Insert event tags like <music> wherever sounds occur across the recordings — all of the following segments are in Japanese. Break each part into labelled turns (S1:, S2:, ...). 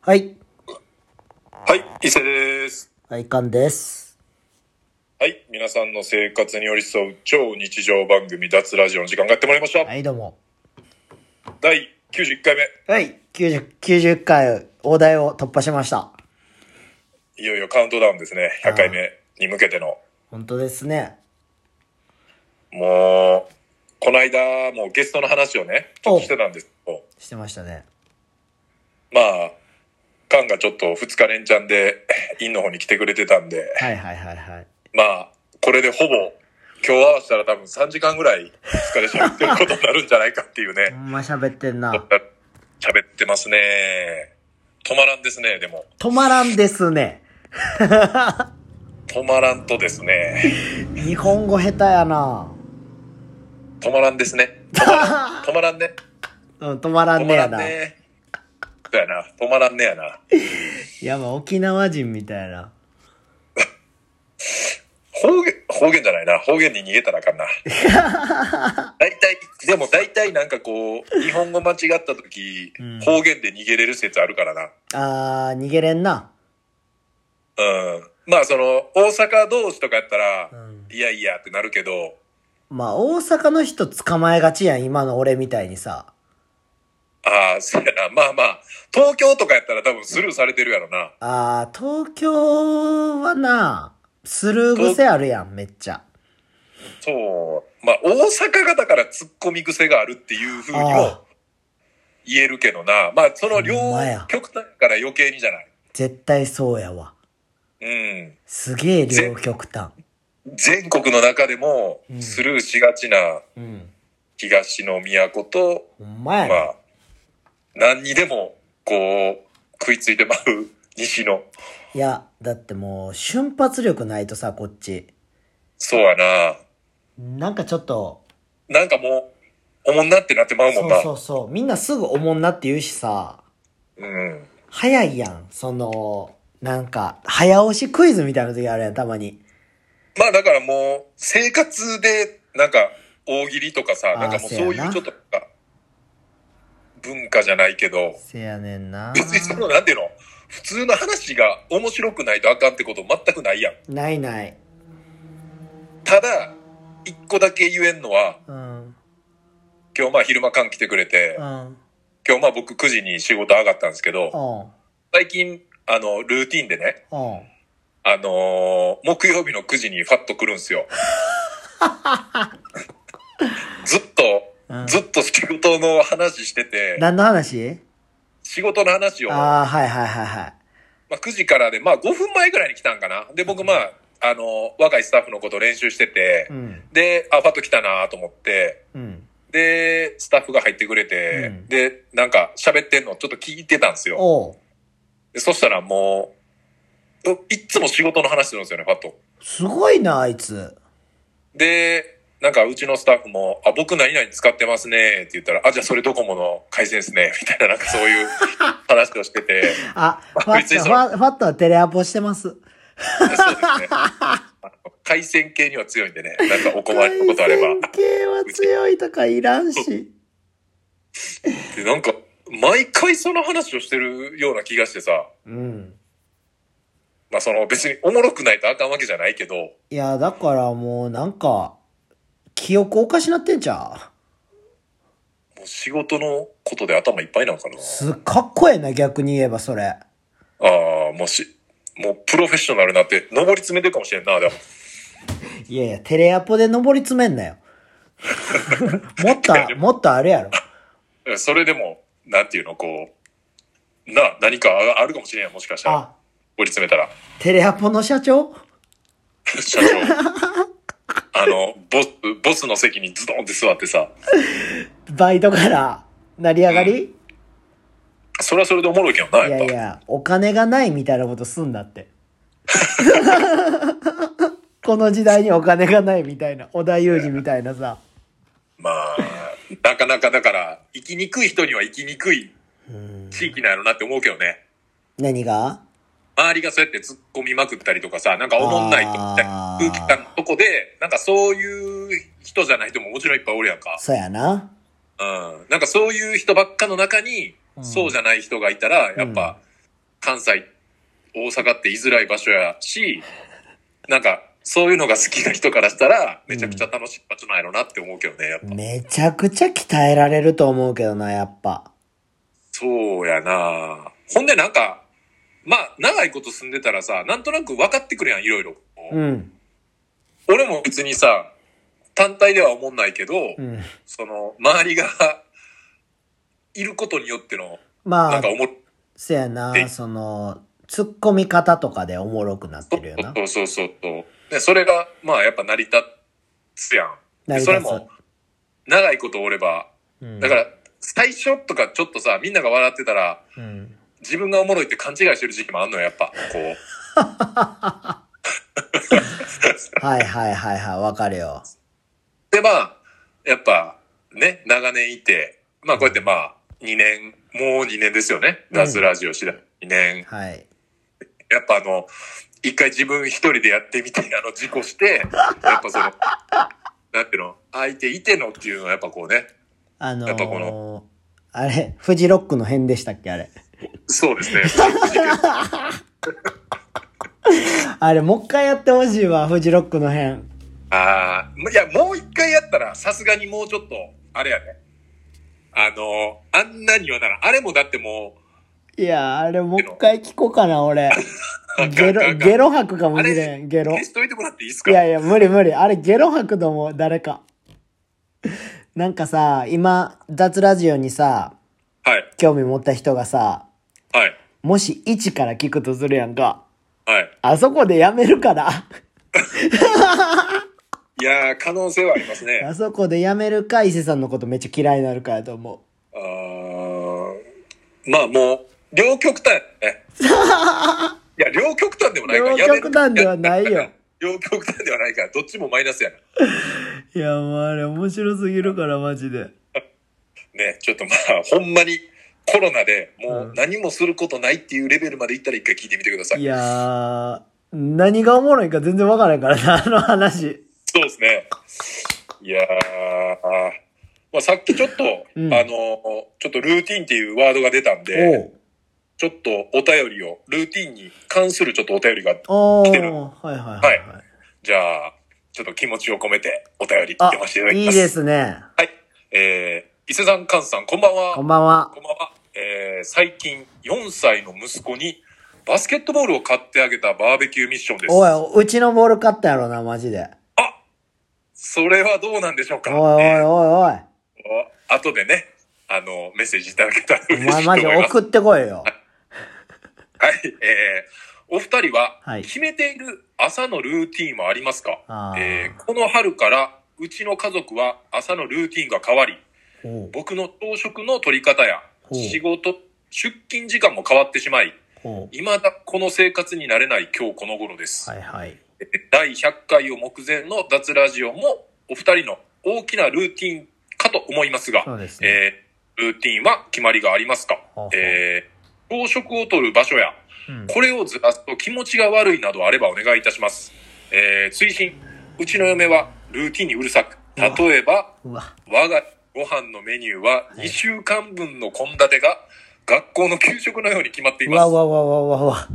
S1: はい。
S2: はい、伊勢です。
S1: はい、かんです。
S2: はい、皆さんの生活に寄り添う超日常番組脱ラジオの時間がやってまいりました。
S1: はい、どうも。
S2: 第91回目、
S1: はい。90、90回、大台を突破しました。
S2: いよいよカウントダウンですね。100回目に向けての。
S1: 本当ですね。
S2: もう、この間、もうゲストの話をね、ちょっとしてたんですけど、
S1: してましたね。
S2: まあ、カンがちょっと2日連チャンで、インの方に来てくれてたんで、
S1: はいはいはいはい。
S2: まあ、これでほぼ、今日合わせたら多分3時間ぐらい疲れちゃってることになるんじゃないかっていう
S1: ほ
S2: ね。
S1: んま喋ってんな。
S2: 喋ってますね。止まらんですね、でも。
S1: 止まらんですね。
S2: 止まらんとですね。
S1: 日本語下手やな。
S2: 止まらんです
S1: <laughs>
S2: ね。止まらん。止まらんね。
S1: うん、止まら
S2: 止
S1: んね
S2: まら
S1: や
S2: ん
S1: な。い
S2: ね。そうやな。止まらんねやな。
S1: や、まあ沖縄人みたいな。
S2: 方言、方言じゃないな。方言に逃げたらあか
S1: <laughs>
S2: んな。大体、でも大体なんかこう、日本語間違った時、
S1: うん
S2: 方言で逃げれる説あるからな。
S1: あー、逃げれんな。
S2: うん。まあその、大阪同士とかやったら
S1: う、ん。
S2: いやいやってなるけど、
S1: まあ大阪の人捕まえがちやん、今の俺みたいにさ。
S2: ああ、そうやな。まあまあ、東京とかやったら多分スルーされてるやろな。
S1: あー、東京はな、スルー癖あるやん、めっちゃ。
S2: そう。まあ、大阪がだから突っ込み癖があるっていうふうに
S1: あ
S2: も言えるけどな。まあ、その両
S1: ほんまや
S2: 極端から余計にじゃない。
S1: 絶対そうやわ。
S2: うん。
S1: すげえ両極端。
S2: 全国の中でも
S1: うん
S2: スルーしがちな
S1: うん。
S2: 東の都と、
S1: ほんまや
S2: ま
S1: な。
S2: あ、何にでも、こう、食いついてまう <laughs> 西の。
S1: いや、だってもう瞬発力ないとさ、こっち。
S2: そうやな。
S1: なんかちょっと、
S2: なんかもう、おもんなってなってまうも
S1: そ
S2: ん
S1: う
S2: な。
S1: そうそう。みんなすぐおもんなって言うしさ、
S2: うん。
S1: 早いやん。その、なんか、早押しクイズみたいな時あるやん、たまに。
S2: まあだからもう、生活で、なんか、大喜利とかさ、
S1: あー
S2: なんかもう
S1: そうや
S2: そう
S1: な
S2: いうちょっと、文化じゃないけど、
S1: せやねん
S2: <laughs>
S1: な。
S2: 別にその、なんていうの、普通の話が面白くないとあかんってこと全くないやん。
S1: ないない。
S2: ただ、一個だけ言えんのは、
S1: うん。
S2: 今日まあ昼間間来てくれて
S1: う、ん。
S2: 今日まあ僕9時に仕事上がったんですけど、
S1: おん。
S2: 最近、あの、ルーティンでね、
S1: おん。
S2: あのー木曜日の9時にファッと来る
S1: <laughs>
S2: んすよ。ずっと、
S1: うん
S2: ずっと仕事の話してて、
S1: 何の話
S2: 仕事の話を、ま
S1: ああ、はいはいはいはい。
S2: あ、9時からで、まあ5分前ぐらいに来たんかな。で、僕まあ、あの、若いスタッフのこと練習してて
S1: う、ん。
S2: で、あ、ファッと来たなと思って、
S1: うん。
S2: で、スタッフが入ってくれて、
S1: うん
S2: で、なんか喋ってんのちょっと聞いてたんですよ。
S1: おう。
S2: でそしたらもう、ういっつも仕事の話するんですよね、ファッと。
S1: すごいな、あいつ。
S2: で、なんかうちのスタッフも、あ、僕何々使ってますねって言ったら、あ、じゃあそれドコモの回線ですね、みたいななんかそういう話をしてて、
S1: あ、ファ
S2: 確
S1: ット、
S2: 実
S1: ファファットはテレアポしてます。
S2: そうですね。あの回線系には強いんでね、なんかお困りのことあれば。
S1: 対戦系は強いとかいらんし。
S2: でなんか、毎回その話をしてるような気がしてさ、
S1: うん。
S2: まあその別におもろくないとあかんわけじゃないけど、
S1: いや、だからもうなんか、記憶おかしなってんじゃ
S2: もう仕事のことで頭いっぱいなのかな
S1: う。すっかっこええな、逆に言えばそれ。
S2: ああ、もうし、もうプロフェッショナルになって、上り詰めてるかもしれんな、でも。
S1: いやいや、テレアポで上り詰めんなよ。もっと、もっとあるやろ。
S2: それでも、なんていうの、こう、な、何かああるかもしれんやん、もしかしたら。
S1: あ、
S2: 折り詰めたら。
S1: テレアポの社長
S2: 社長。
S1: <laughs>
S2: あの、ボス、ボスの席にズドンって座ってさ、
S1: バイトから成り上がり、
S2: それはそれでおもろいけどな、やっ
S1: い
S2: ぱ。
S1: やいや、お金がないみたいなことすんな <laughs> って。この時代にお金がないみたいな、織田裕二みたいなさ。
S2: まあ、なかなかだから、生きにくい人には生きにくい
S1: うん
S2: 地域なのなって思うけどね。
S1: 何が
S2: 周りがそうやって突っ込みまくったりとかさ、なんかおもんないとみたいな
S1: あー
S2: 空気感のとこで、なんかそういう人じゃない人ももちろんいっぱいおるやんか。
S1: そうやな。
S2: うんなんかそういう人ばっかの中に、
S1: うん
S2: そうじゃない人がいたら、やっぱ、関西、大阪って居づらい場所やし、なんか、そういうのが好きな人からしたら、めちゃくちゃ楽しい場所なんやろなって思うけどね、やっぱ。
S1: めちゃくちゃ鍛えられると思うけどな、やっぱ。
S2: そうやなほんでなんか、まあ、長いこと住んでたらさ、なんとなく分かってくるやん、いろいろ。
S1: うん。
S2: 俺も別にさ、単体では思んないけど、
S1: うん。
S2: その、周りが、いることによっての、
S1: ま
S2: な
S1: あ
S2: んか、思っ
S1: せや
S2: で
S1: な、その、突っ込み方とかでおもろくなってるよな。
S2: そうそうそうそう。で、それが、まあ、やっぱ成り立つやん。
S1: 成り立つ
S2: それも、長いことおれば、
S1: うん
S2: だから、最初とかちょっとさ、みんなが笑ってたら、
S1: うん。
S2: 自分がおもろいって勘違いしてる時期もあんのよ、やっぱ、こう。
S1: はいはいはいはい、わかるよ。
S2: で、まあ、やっぱ、ね、長年いて、まあ、こうやってまあ、2年、もう2年ですよね。
S1: うん
S2: ダースラジオ次第。2年。
S1: はい。
S2: やっぱあの、一回自分一人でやってみて、あの、事故して、やっぱその、 <laughs> なんていうの、相手いてのっていうのはやっぱこうね、
S1: あの
S2: やっぱこ
S1: ー、あれ、フジロックの辺でしたっけあれ。
S2: そうで
S1: <laughs>
S2: すね。
S1: あれ、もう一回やってほしいわ、フジロックの辺。
S2: ああ、いや、もう一回やったら、さすがにもうちょっと、あれやね。あの、あんなにはならん、あれもだっても
S1: いや、あれ、もう一回聞こうかな、
S2: <laughs>
S1: 俺。ゲロ、ゲロ吐くか
S2: う、
S1: も
S2: あ
S1: し
S2: れ、
S1: れん、ゲロ。
S2: 消しといてもらっていいです
S1: い
S2: か
S1: やいや、無理無理。あれ、ゲロ吐くと思う、誰か。 <laughs> なんかさ、今、雑ラジオにさ、
S2: はい、
S1: 興味持った人がさ、
S2: はい、
S1: もし1から聞くとするやんか。
S2: はい。
S1: あそこでやめるから。
S2: いやー、可能性はありますね。
S1: あそこでやめるか、伊勢さんのことめっちゃ嫌いになるかやと思
S2: あーまあもう、両極端や
S1: <laughs>
S2: ね。いや、両極端でも
S1: う。
S2: ないから、
S1: 両
S2: やめる
S1: 極端ではないよ。
S2: 両極端ではないから、どっちもマイナスやな。
S1: いや、もうあれ面白すぎるから、マジで。
S2: ね、ちょっとまあ、ほんまにコロナでも
S1: うん
S2: う何もすることないっていうレベルまでいったら一回聞いてみてください。
S1: いやー、何がおもろいか全然わからんからな、 <laughs> あの話。
S2: そうですね。いやー、まあ、さっきちょっと、
S1: うん
S2: あの、ちょっとルーティンっていうワードが出たんで、ちょっとお便りを、ルーティンに関するちょっとお便りが、
S1: おう。お
S2: 来てる
S1: ー、はいはいはい。はい、
S2: じゃあ、ちょっと気持ちを込めてお便り
S1: あ
S2: 読ませていただき
S1: い
S2: ま
S1: い
S2: す。
S1: ですね。
S2: はい。えー、伊勢さん、菅さん、こんばんは。
S1: こんばんは。
S2: こんばんは。えー最近4歳の息子にバスケットボールを買ってあげたバーベキューミッションです。
S1: おい、うちのボール買ったやろな、マジで。
S2: それはどうなんでしょう
S1: おい
S2: か
S1: おい
S2: えー
S1: おい
S2: 後でね、あの、メッセージいただけたら
S1: おい。
S2: 嬉
S1: お
S2: しいと思
S1: 前
S2: い
S1: マ
S2: ます。
S1: ジ送ってこいよ。
S2: はい。えーお二人は
S1: はい
S2: 決めている朝のルーティーンはありますか、
S1: あー
S2: えーこの春からうちの家族は朝のルーティーンが変わり、
S1: おう
S2: 僕の朝食の取り方や
S1: ほう
S2: 仕事、出勤時間も変わってしまい、
S1: おう
S2: 未だこの生活になれない今日この頃です。
S1: はいはい。
S2: 第100回を目前の脱ラジオもお二人の大きなルーティンかと思いますが、
S1: そうですね。
S2: えールーティンは決まりがありますか
S1: ほうほう
S2: えー朝食をとる場所や、
S1: うん
S2: これをずらすと気持ちが悪いなどあればお願いいたします。えー追伸、うちの嫁はルーティンにうるさく、例えば、
S1: うわ。
S2: 我がご飯のメニューは2週間分の献立が学校の給食のように決まっていうます
S1: わう。わうわうわうわうわ。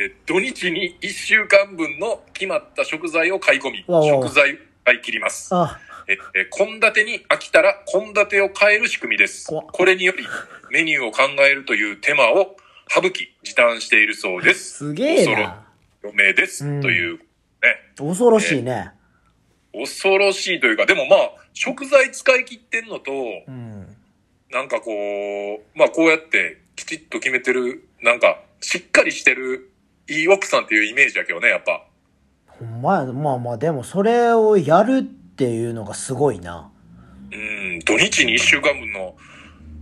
S2: え土日に1週間分の決まった食材を買い込み、
S1: わお
S2: 食材を買い切ります。
S1: あ、
S2: ええ献立に飽きたら献立を変える仕組みです
S1: 怖っ。
S2: これによりメニューを考えるという手間を省き、時短しているそうです。
S1: すげえな。
S2: おめです。
S1: うん
S2: という、ね。
S1: 恐ろしいね。
S2: 恐ろしいというか、でもまあ、食材使い切ってんのと、
S1: うん。
S2: なんかこう、まあこうやってきちっと決めてる、なんかしっかりしてるいい奥さんっていうイメージだけどね、やっぱ。
S1: ほんまや、まあまあ、でもそれをやるっていうのがすごいな。
S2: うん、土日に1週間分の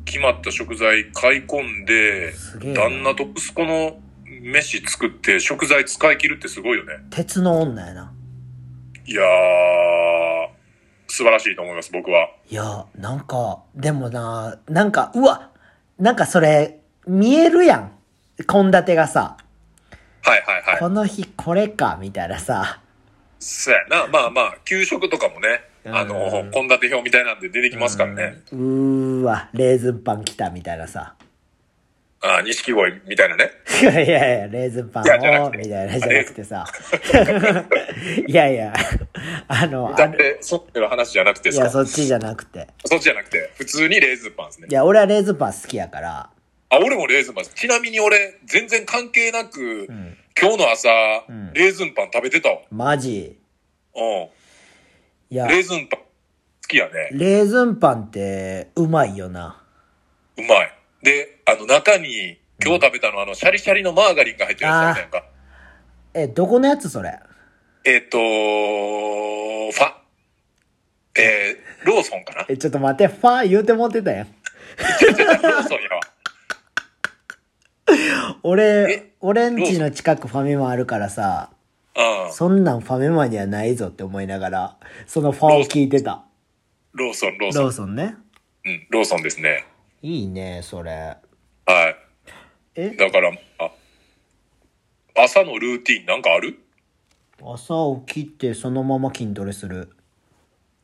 S2: 決まった食材買い込んで、
S1: すげえな。
S2: 旦那と息子の飯作って食材使い切るってすごいよね。
S1: 鉄の女やな。
S2: いやー、素晴らしいと思います、僕は。
S1: いや、なんか、でもな、なんか、うわなんかそれ、見えるやん。献立がさ、
S2: はいはいはい。
S1: この日これか、みたいなさ。
S2: そうやな。まあまあ、給食とかもね、あの
S1: うん、
S2: 献立表みたいなんで出てきますからね。
S1: うん。うーわ、レーズンパン来た、みたいなさ。
S2: ああ、錦鯉みたいなね。
S1: <laughs> いやいや、レーズンパン
S2: いやじゃな
S1: を、
S2: くて
S1: みたいな、じゃなくてさ。 <laughs> いやいや、あの、
S2: だ
S1: あ
S2: っ
S1: の
S2: て、そっちの話じゃなくて
S1: い
S2: ですか
S1: や、そっちじゃなくて。
S2: そっちじゃなくて、普通にレーズンパンですね
S1: い。や、俺はレーズンパン好きやから、
S2: あ、俺もレーズンパンです。ちなみに俺、全然関係なく、
S1: ん
S2: 今日の朝、
S1: ん
S2: レーズンパン食べてたわ。
S1: マジ。
S2: う
S1: いや
S2: ん。、レーズンパン、好きやね。
S1: レーズンパンって、うまいよな。
S2: うまい。で、あの、中に、今日食べたの、あの、シャリシャリのマーガリンが入ってるやつやんか。
S1: え、どこのやつそれ
S2: えっ、とファ。えー、ローソン
S1: <laughs>
S2: かな
S1: え、ちょっと待って、ファー言うてもってたやん。
S2: ローソンやわ。
S1: 俺
S2: え、
S1: 俺んちの近くファミマあるからさ、
S2: うん。
S1: そんなんファミマにはないぞって思いながら、そのファーを聞いてた。
S2: ローソン、ローソン。
S1: ローソンね。
S2: うん、ローソンですね。
S1: いいね、それ。
S2: はい。
S1: え、
S2: だから、あ、朝のルーティンなんかある
S1: 朝起きてそのまま筋トレする。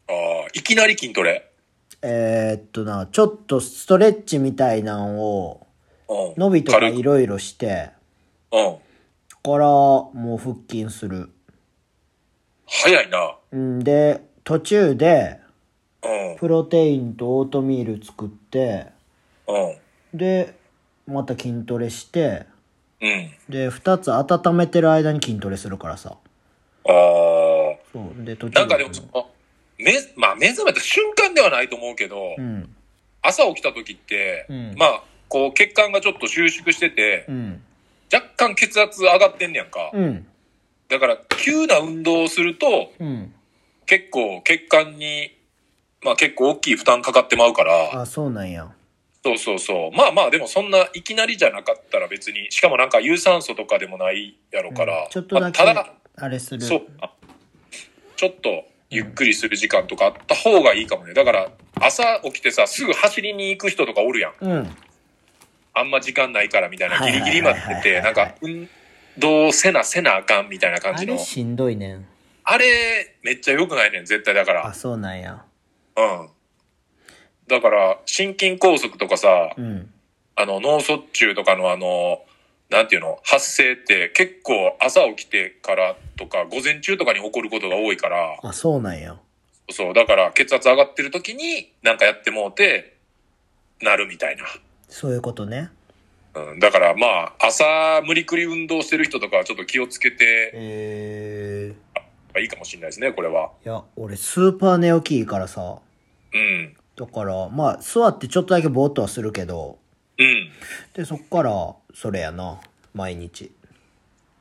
S2: ああ、いきなり筋トレ。
S1: えー、っとな、ちょっとストレッチみたいなんを、
S2: うん。
S1: 伸びとか
S2: 軽く
S1: いろいろして、
S2: うん。
S1: からもう腹筋する。
S2: 早いな。
S1: んで、途中で、
S2: うん。
S1: プロテインとオートミール作って、
S2: うん。
S1: で、また筋トレして、
S2: うん。
S1: で、二つ温めてる間に筋トレするからさ。
S2: あ
S1: そう。で、途中
S2: あ。なんかでもその、め、まあ目覚めた瞬間ではないと思うけど、
S1: うん。
S2: 朝起きた時って、
S1: うん
S2: まあ、こう血管がちょっと収縮してて、
S1: うん。
S2: 若干血圧上がってんねやんか。
S1: うん。
S2: だから、急な運動をすると、
S1: うん。
S2: 結構血管に、まあ結構大きい負担かかってまうから、
S1: あ、そうなんや。
S2: そうそうそう。まあまあ、でもそんないきなりじゃなかったら別に、しかもなんか有酸素とかでもないやろから、
S1: うんちょっとだけ、
S2: まあただ、
S1: あれする。
S2: そう。あちょっとゆっくりする時間とかあった方がいいかもね。だから、朝起きてさ、すぐ走りに行く人とかおるやん。
S1: うん。
S2: あんま時間ないからみたいな、
S1: はい
S2: ギ
S1: はい
S2: リ
S1: はい
S2: ギリ待って
S1: は
S2: て、
S1: い
S2: な
S1: はい
S2: んか、運動せなせなあかんみたいな感
S1: あ
S2: じの
S1: れ。しんどいねん。
S2: あれ、めっちゃ良くないねん、絶対だか
S1: あ、
S2: ら。
S1: そうなんや。
S2: うん。だから、心筋梗塞とかさ、
S1: うん。
S2: あの、脳卒中とかのあの、なんていうの、発生って結構朝起きてからとか、午前中とかに起こることが多いから、
S1: あ、そうなんや。
S2: そう、だから血圧上がってる時になんかやってもうて、なるみたいな。
S1: そういうことね。
S2: うん、だからまあ、朝無理くり運動してる人とかはちょっと気をつけて
S1: え
S2: いいかもしれないですね、これは。
S1: ー、いや、俺スーパー寝起きいいからさ。
S2: うん。
S1: だから、まあ、座ってちょっとだけぼーっとはするけど、
S2: うん。
S1: で、そっから、それやな、毎日。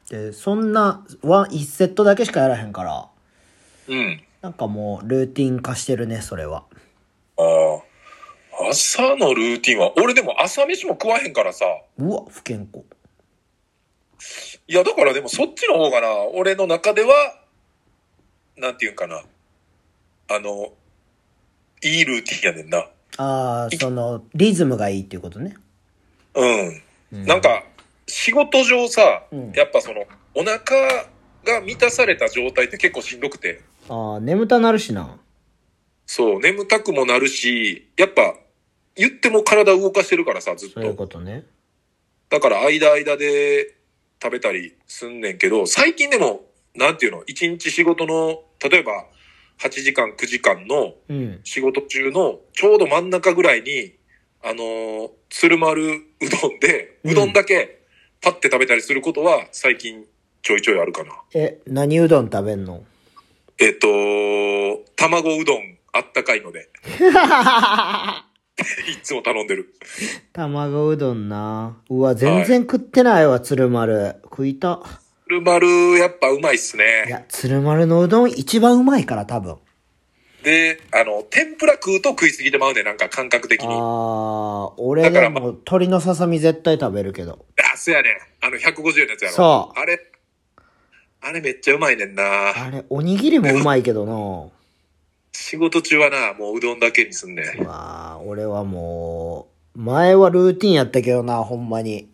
S1: で、そんな、ワン、1セットだけしかやらへんから、
S2: うん。
S1: なんかもう、ルーティン化してるね、それは。
S2: ああ。朝のルーティンは、俺でも朝飯も食わへんからさ。
S1: うわ、不健康。
S2: いや、だからでもそっちの方がな、俺の中では、なんていうんかな。あの、いいルーティンやねんな。
S1: ああ、その、リズムがいいっていうことね。
S2: うん。
S1: うん
S2: なん、か、仕事上さ、
S1: うん
S2: やっぱその、お腹が満たされた状態って結構しんどくて、
S1: ああ、眠たなるしな。
S2: そう、眠たくもなるし、やっぱ、言っても体動かしてるからさ、ずっ
S1: そういう
S2: と。
S1: ことね。
S2: だから、間間で食べたりすんねんけど、最近でも、なんていうの、一日仕事の、例えば、8時間、9時間の
S1: うん。
S2: 仕事中の、ちょうど真ん中ぐらいに、あのー鶴丸うどんで、
S1: うん
S2: うどんだけ、パッて食べたりすることは、最近、ちょいちょいあるかな。
S1: え、何うどん食べん
S2: <laughs>
S1: の
S2: えっと、卵うどんあったかいので、いつも頼んでる。
S1: 卵うどんな。うわ、全然食ってないわ、鶴丸。食いた。
S2: 鶴丸、やっぱうまいっす
S1: い
S2: ね。
S1: や、鶴丸のうどん一番うまいから、多分。
S2: で、あの、天ぷら食うと食いすぎてまうね、なんか感覚的に。あ
S1: ああ、俺
S2: だか
S1: で
S2: らま
S1: も鶏のささみ絶対食べるけど。
S2: そやねん。あの、150円のやつやろ。
S1: そう
S2: あれ、あれめっちゃうまいねんな。
S1: あれ、おにぎりもうまいけどな。
S2: 仕事中はな、もううどんだけにすんねん。
S1: うわあ、俺はもう、前はルーティンやったけどな、ほんまに。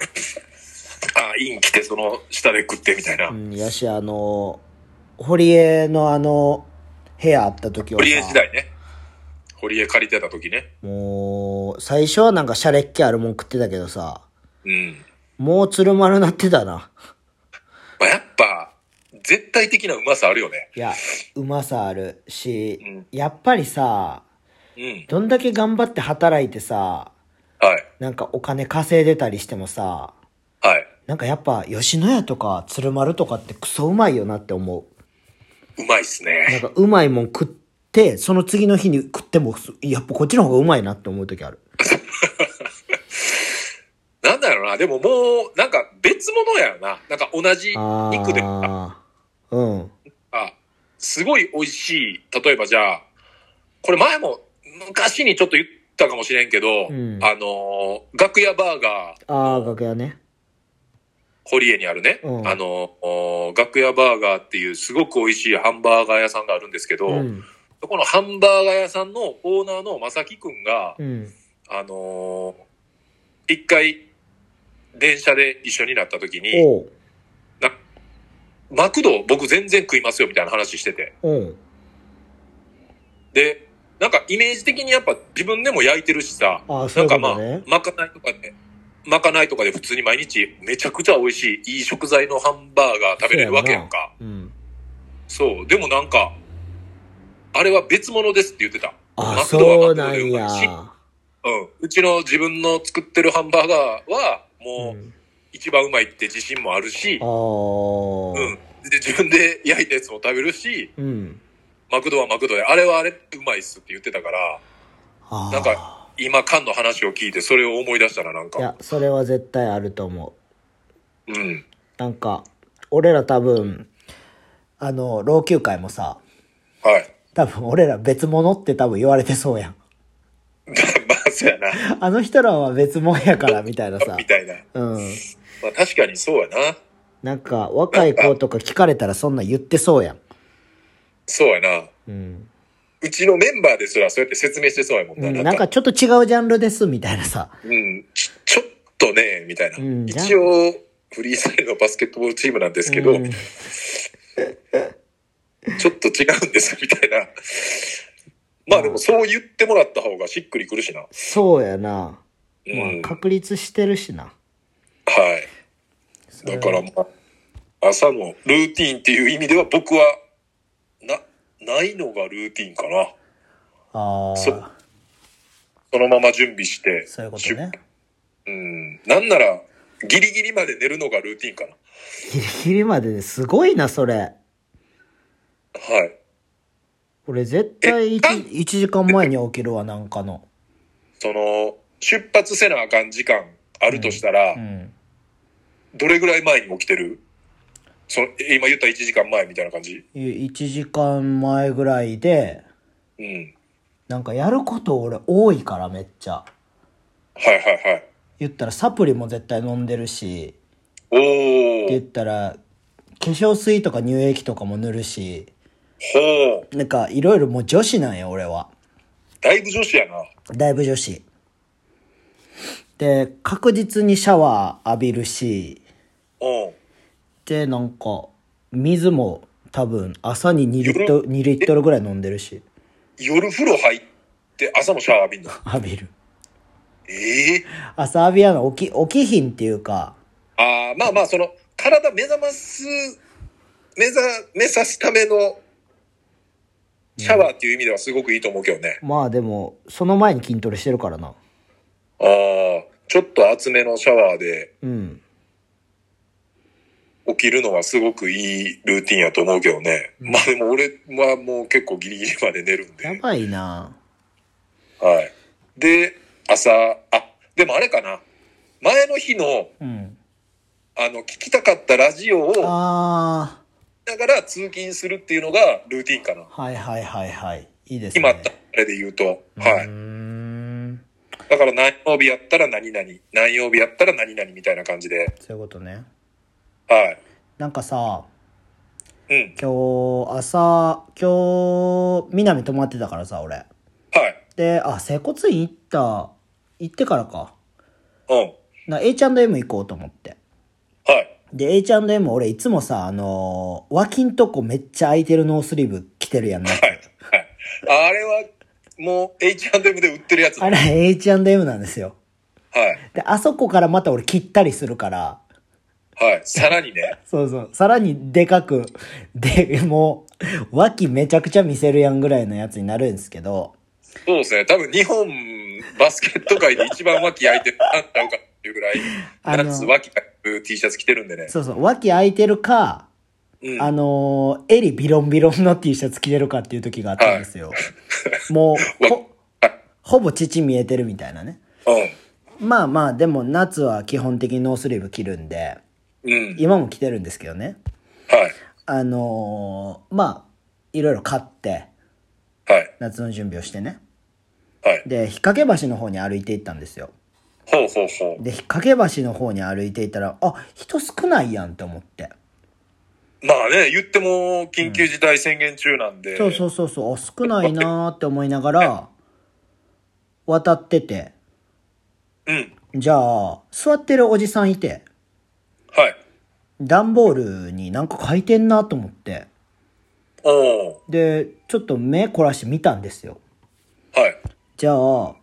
S2: あ、イン来てその下で食ってみたいな。
S1: うん、やし、あの、堀江のあの、部屋あった時は
S2: 堀江時
S1: さ、
S2: 代ね。堀江借りてた時ね。
S1: もう、最初はなんかシャレっ気あるもん食ってたけどさ、
S2: うん。
S1: もう鶴丸なってたな。
S2: まあ、やっぱ、絶対的なうまさあるよね。
S1: いや、うまさあるし、
S2: うん
S1: やっぱりさ、
S2: うん。
S1: どんだけ頑張って働いてさ、
S2: はい。
S1: なんかお金稼いでたりしてもさ、
S2: はい。
S1: なんかやっぱ吉野家とか鶴丸とかってクソうまいよなって思
S2: うまいっす
S1: う。なん
S2: ね。
S1: かうまいもん食って、その次の日に食っても、すやっぱこっちの方がうまいなって思う時ある。
S2: なんだろうな。でももう、なんか別物やよな。なんか同じ
S1: あ
S2: 肉でも
S1: あ。うん。
S2: あすごい美味しい。例えばじゃあ、これ前も昔にちょっと言ったかもしれんけど、
S1: うん
S2: あのー、楽屋バーガー、
S1: ああ、楽屋ね。
S2: 堀江にあるね、
S1: うん
S2: あのー、お楽屋バーガーっていうすごく美味しいハンバーガー屋さんがあるんですけど、
S1: うん。
S2: そこのハンバーガー屋さんのオーナーの正木くんが、
S1: うん。
S2: あのー一回、電車で一緒になった時に、
S1: おう。
S2: マクド僕全然食いますよみたいな話してて。
S1: おう。
S2: で、なんかイメージ的にやっぱ自分でも焼いてるしさ、
S1: ああ、そうい
S2: なん
S1: うこ
S2: かまあ
S1: とね、。
S2: まかないとかで、まかないとかで普通に毎日めちゃくちゃ美味しい、いい食材のハンバーガー食べれるわけやんか。
S1: うん。
S2: そう。でもなんか、あれは別物ですって言ってた。
S1: ああ、
S2: マクドは
S1: そう
S2: マクド
S1: な
S2: で
S1: ん
S2: うま
S1: や
S2: い。しうん。うちの自分の作ってるハンバーガーは、も
S1: う
S2: うん一番うまいって自信もあるし
S1: あ、
S2: う
S1: あ
S2: ん。。で、自分で焼いたやつも食べるし、
S1: うん。
S2: マクドはマクドで、あれはあれってうまいっすって言ってたから、
S1: ああ。
S2: なんか今、カンの話を聞いて、それを思い出したらなん
S1: い
S2: か、
S1: や、それは絶対あると思う。
S2: うん。
S1: なんか、俺ら多分、あの、老朽会もさ、
S2: はい。 <laughs>
S1: 多分俺ら別物って多分言われてそうやん。 <laughs>
S2: まあ、そうやな。
S1: あの人らは別物やから、みたいなさ
S2: み。たいな。
S1: うん。
S2: まあ、確かにそうやな。
S1: なんか、若い子とか聞かれたらそんなん言ってそうやん。
S2: そうやな。
S1: うん。
S2: うちのメンバーですらそうやって説明してそうやもん
S1: う
S2: な。
S1: ん、
S2: な
S1: なんん
S2: か
S1: か、ちょっと違うジャンルです、みたいなさ。
S2: うん、ちちょっとね、みたいな。
S1: うんじゃあ
S2: 一応、フリースタイルのバスケットボールチームなんですけど、
S1: うん
S2: ちょっと違うんです、みた
S1: <laughs>
S2: いな。まあでも、そう言ってもらった方がしっくりくるしな。
S1: そうやな。
S2: う
S1: ま
S2: ん。
S1: あ、
S2: は
S1: 確立してるしな。
S2: い。だから、まあ、朝のルーティンっていう意味では、僕は、な、ないのがルーティンかな。
S1: ああ。
S2: そ
S1: そう
S2: そのまま準備して。
S1: ういうことね。
S2: うん。なんなら、ギリギリまで寝るのがルーティンかな。
S1: ギリギリまでですごいな、それ。
S2: はい。
S1: 俺絶対
S2: え
S1: 1, 時間前に起きるわ、なんかの。
S2: その、出発せなあかん時間あるとしたら、
S1: うん。
S2: どれぐらい前に起きてるその、え今言った1時間前みたいな感じ
S1: 1時間前ぐらいで、
S2: うん。
S1: なんかやること俺多いからめっちゃ。
S2: はいはい
S1: 言ったらサプリも絶対飲んでるし、
S2: はい。お
S1: 言っ
S2: ー。
S1: たら化粧水とか乳液とかも塗るし、
S2: ほう。
S1: なんかいろいろもう女子なんよ俺は。
S2: だいぶ女子やな。
S1: だいぶ女子。で、確実にシャワー浴びるし、
S2: うん。
S1: で、なんか水も多分朝に2リットル、2リットルぐらい飲んでるし、
S2: 夜風呂入って朝もシャワー浴びんの。
S1: 浴びる。
S2: ええ
S1: 朝浴びやの起き、起きひんっていうか、
S2: ああ、まあまあ、その、体目覚ます、目ざ、目指すための、シャワーっていう意味ではすごくいいと思うけどね。
S1: まあでも、その前に筋トレしてるからな。
S2: ああ、ちょっと厚めのシャワーで
S1: うん。
S2: 起きるのはすごくいいルーティンやと思うけどね。まあでも俺はもう結構ギリギリまで寝るんで。
S1: や
S2: は
S1: ばいな。
S2: い。で、朝、あ、でもあれかな。前の日の、
S1: うん。
S2: あの、聞きたかったラジオを聞
S1: あ
S2: きながら通勤するっていうのがルーティンかな。
S1: ー、はいはいはいはい。いいです
S2: 決ま
S1: ね。
S2: った。あれで言うと。
S1: うー
S2: は
S1: ん。
S2: い。だから何曜日やったら何々、何曜日やったら何々みたいな感じで。
S1: そういうことね。
S2: はい。
S1: なんかさ、
S2: う
S1: 今
S2: ん。
S1: 日、朝、今日、南泊まってたからさ、俺。
S2: はい。
S1: で、あ、整骨院行った、行ってからか。
S2: うん。
S1: な、H&M 行こうと思って。
S2: はい。
S1: で、H&M 俺いつもさ、あのー脇んとこめっちゃ空いてるノースリーブ着てるやんな。
S2: はい。はい。あれは、もう H&M で売ってるやつだ。
S1: あれ H&M なんですよ。
S2: はい。
S1: で、あそこからまた俺切ったりするから、
S2: はい。さらにね。
S1: そうそう、さらにでかく、で、もう、脇めちゃくちゃ見せるやんぐらいのやつになるんですけど、
S2: そうですね。多分日本バスケット界で一番脇焼いてるなんちゃうかっていうぐらい、
S1: あの
S2: 夏脇がいる T シャツ着てるんでね。
S1: そうそう、脇空いてるか、
S2: うん。
S1: あ
S2: わ
S1: のー襟ビロンビロンの T シャツ着てるかっていう時があったんですよ。も
S2: <laughs>
S1: う、ほ、ほぼ乳見えてるみたいなね。
S2: はい。
S1: まあまあ、でも夏は基本的にノースリーブ着るんで、
S2: うん。うん。
S1: 今も着てるんですけどね。
S2: はい。
S1: あのーまあ、いろいろ買って、
S2: はい。
S1: 夏の準備をしてね。
S2: はい。
S1: で、引っ掛け橋の方に歩いていったんですよ。
S2: ほうほうほ
S1: で、引っ掛け橋の方に歩いていたら、あ、人少ないやんって思って。
S2: う。まあね、言っても緊急事態宣言中なんで。
S1: そうそうそうそう、あ少ないなーって思いながら、渡ってて、
S2: うん。
S1: じゃあ、座ってるおじさんいて、
S2: はい。
S1: 段ボールになんか書いてんなと思って、
S2: おお
S1: で、ちょっと目凝らして見たんですよ。
S2: ー。はい。
S1: じゃあ、5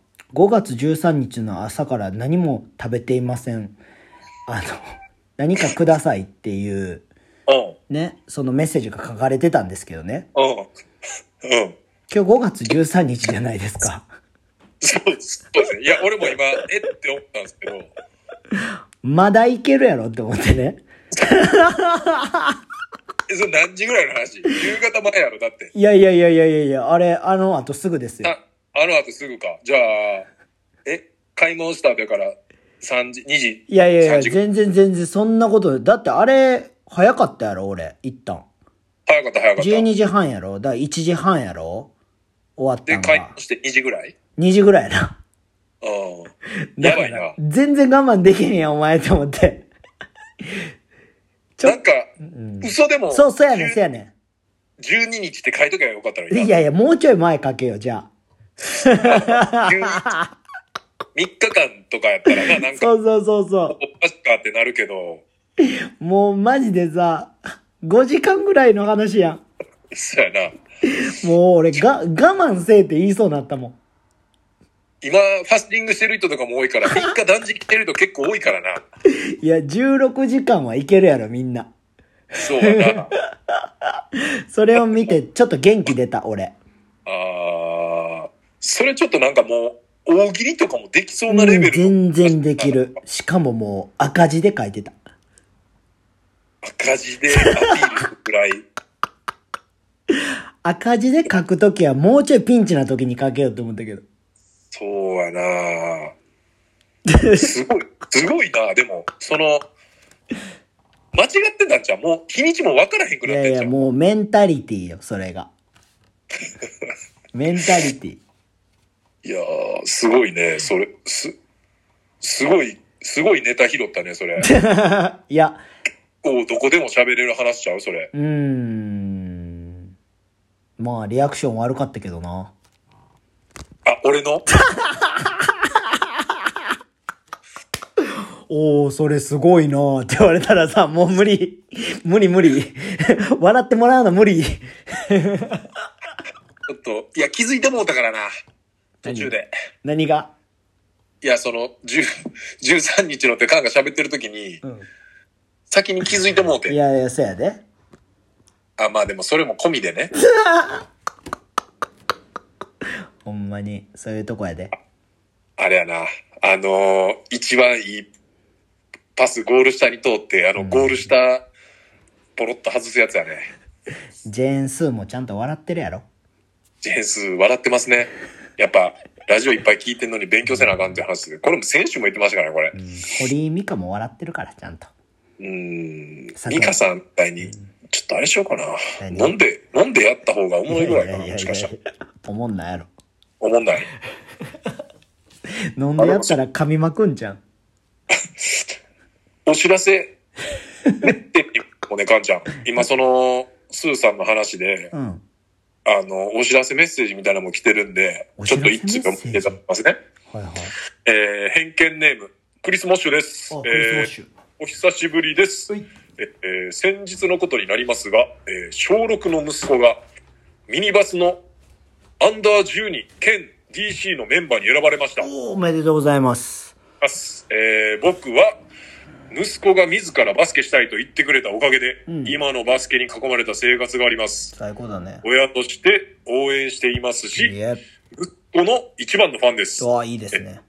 S1: 月13日の朝から何も食べていません。あの、何かくださいっていう、
S2: うん。
S1: ね、そのメッセージが書かれてたんですけどね。
S2: うん。うん。
S1: 今日5月13日じゃないですか。
S2: そうそうですね。いや、俺も今、えって思ったんですけど、
S1: まだいけるやろって思ってね。
S2: え、それ何時ぐらいの話夕方前やろ、だって。
S1: いやいやいやいやいやいや、あれ、あの後すぐですよ。
S2: あ、あの後すぐか。じゃあ、え、買い物した後やから、3時、2時。
S1: いやいやいや、
S2: 3時
S1: 全然全然そんなこと、だってあれ、早かったやろ、俺、一旦。
S2: 早かった、早かった。
S1: 12時半やろだから1時半やろ終わった
S2: で、
S1: ん
S2: 買い
S1: が
S2: 物。して2時ぐらい
S1: 2時ぐらいやな。
S2: う
S1: <laughs>
S2: ん。
S1: だ
S2: や
S1: か
S2: ば
S1: ら
S2: いな。
S1: 全然我慢できへんやん、お前って思って。ちょ
S2: なんか、嘘でも、
S1: そう、そうやねん、そうやね
S2: 12日って書いとけばよかったの
S1: ん。
S2: に
S1: い
S2: な。
S1: やいや、もうちょい前かけよ、じゃ
S2: 12 3日間とかやった
S1: <laughs>
S2: らな、な
S1: あ。
S2: んか、
S1: そうそうそうそ
S2: おかしかってなるけど、
S1: う。もうマジでさ、5時間ぐらいの話やん。
S2: そうやな。
S1: もう俺が、我慢せえって言いそうになったもん。
S2: 今、ファスティングしてる人とかも多いから、3日断食してる人結構多いからな。
S1: いや、16時間はいけるやろ、みんな。
S2: そうや
S1: <laughs>
S2: な。
S1: それを見て、ちょっと元気出た、俺。
S2: あーそれちょっとなんかもう、大喜利とかもできそうなレベルの、
S1: 全然できる。しかももう、赤字で書いてた。
S2: 赤字でアピールするくらい。
S1: 赤字で書くときは、もうちょいピンチなときに書けようって思ったけど。
S2: そうやなすごい、すごいなでも、その、間違ってたんじゃん。もう、日にちも分からへんく
S1: い
S2: なっ
S1: や
S2: て
S1: い
S2: んじゃ
S1: や、
S2: ん。
S1: もうメンタリティよ、それが。メンタリティ。
S2: いやーすごいね。それ、す、すごい、すごいネタ拾ったね、
S1: <laughs>
S2: それ。
S1: いや、
S2: こう、どこでも喋れる話ちゃうそれ。
S1: うーん。まあ、リアクション悪かったけどな。
S2: あ、俺の
S1: おー、それすごいなーって言われたらさ、 <laughs> もう無理。無理無理。 <laughs> 笑ってもらうの無理。
S2: ちょっと、いや、気づいてもうたからな。途中で。
S1: 何が
S2: いや、その、10 13日のってカンが喋ってる時に、
S1: ん
S2: 先に気づいてもう
S1: い
S2: て。
S1: やいや、そやで。
S2: あ、まあでもそれも込みでね。
S1: ほんまに、そういうとこやで。
S2: あれやな。あのー一番いいパスゴール下に通って、あの、ゴール下、ポロッと外すやつやね。
S1: <laughs> ジェーン・スーもちゃんと笑ってるやろ。
S2: ジェーンス、笑ってますね。やっぱ、ラジオいっぱい聞いてんのに勉強せなあかんって話で。これも選手も言ってましたからね、これ。
S1: うん堀井美香も笑ってるから、ちゃんと。
S2: うーん。
S1: 桜
S2: ミカさんみたいに、ちょっとあれしようかな。
S1: 何
S2: 飲んで、飲んでやった方がおもろいぐらいか
S1: い
S2: な、
S1: や
S2: も
S1: い
S2: し
S1: や
S2: か
S1: い
S2: し
S1: や
S2: たら。
S1: 思んないやろ。
S2: おもんない。
S1: 飲んでやったら噛みまくんじゃん。
S2: お知らせ、ね、もね、かんちゃん。今、その、スーさんの話で、
S1: うん。
S2: あの、お知らせメッセージみたいなのも来てるんで
S1: お、
S2: ち
S1: 知
S2: ょ
S1: ら
S2: っ
S1: せ
S2: と
S1: メッ
S2: 一
S1: セージ
S2: 通が見てますね。
S1: はいはい。
S2: えー、偏見ネーム、クリス・モッシュです。
S1: あ、クリスマッシ
S2: えー
S1: ュ。
S2: お久しぶりです。
S1: はい
S2: ええー先日のことになりますが、えー小6の息子がミニバスのアンダー12兼 DC のメンバーに選ばれました。
S1: おおめでとうございます。
S2: ます。えー僕は、息子が自らバスケしたいと言ってくれたおかげで、
S1: うん
S2: 今のバスケに囲まれた生活があります。
S1: 最高だね。
S2: 親として応援しています
S1: い
S2: し、
S1: え、
S2: 息子の一番のファンです。
S1: わあ、いいですね。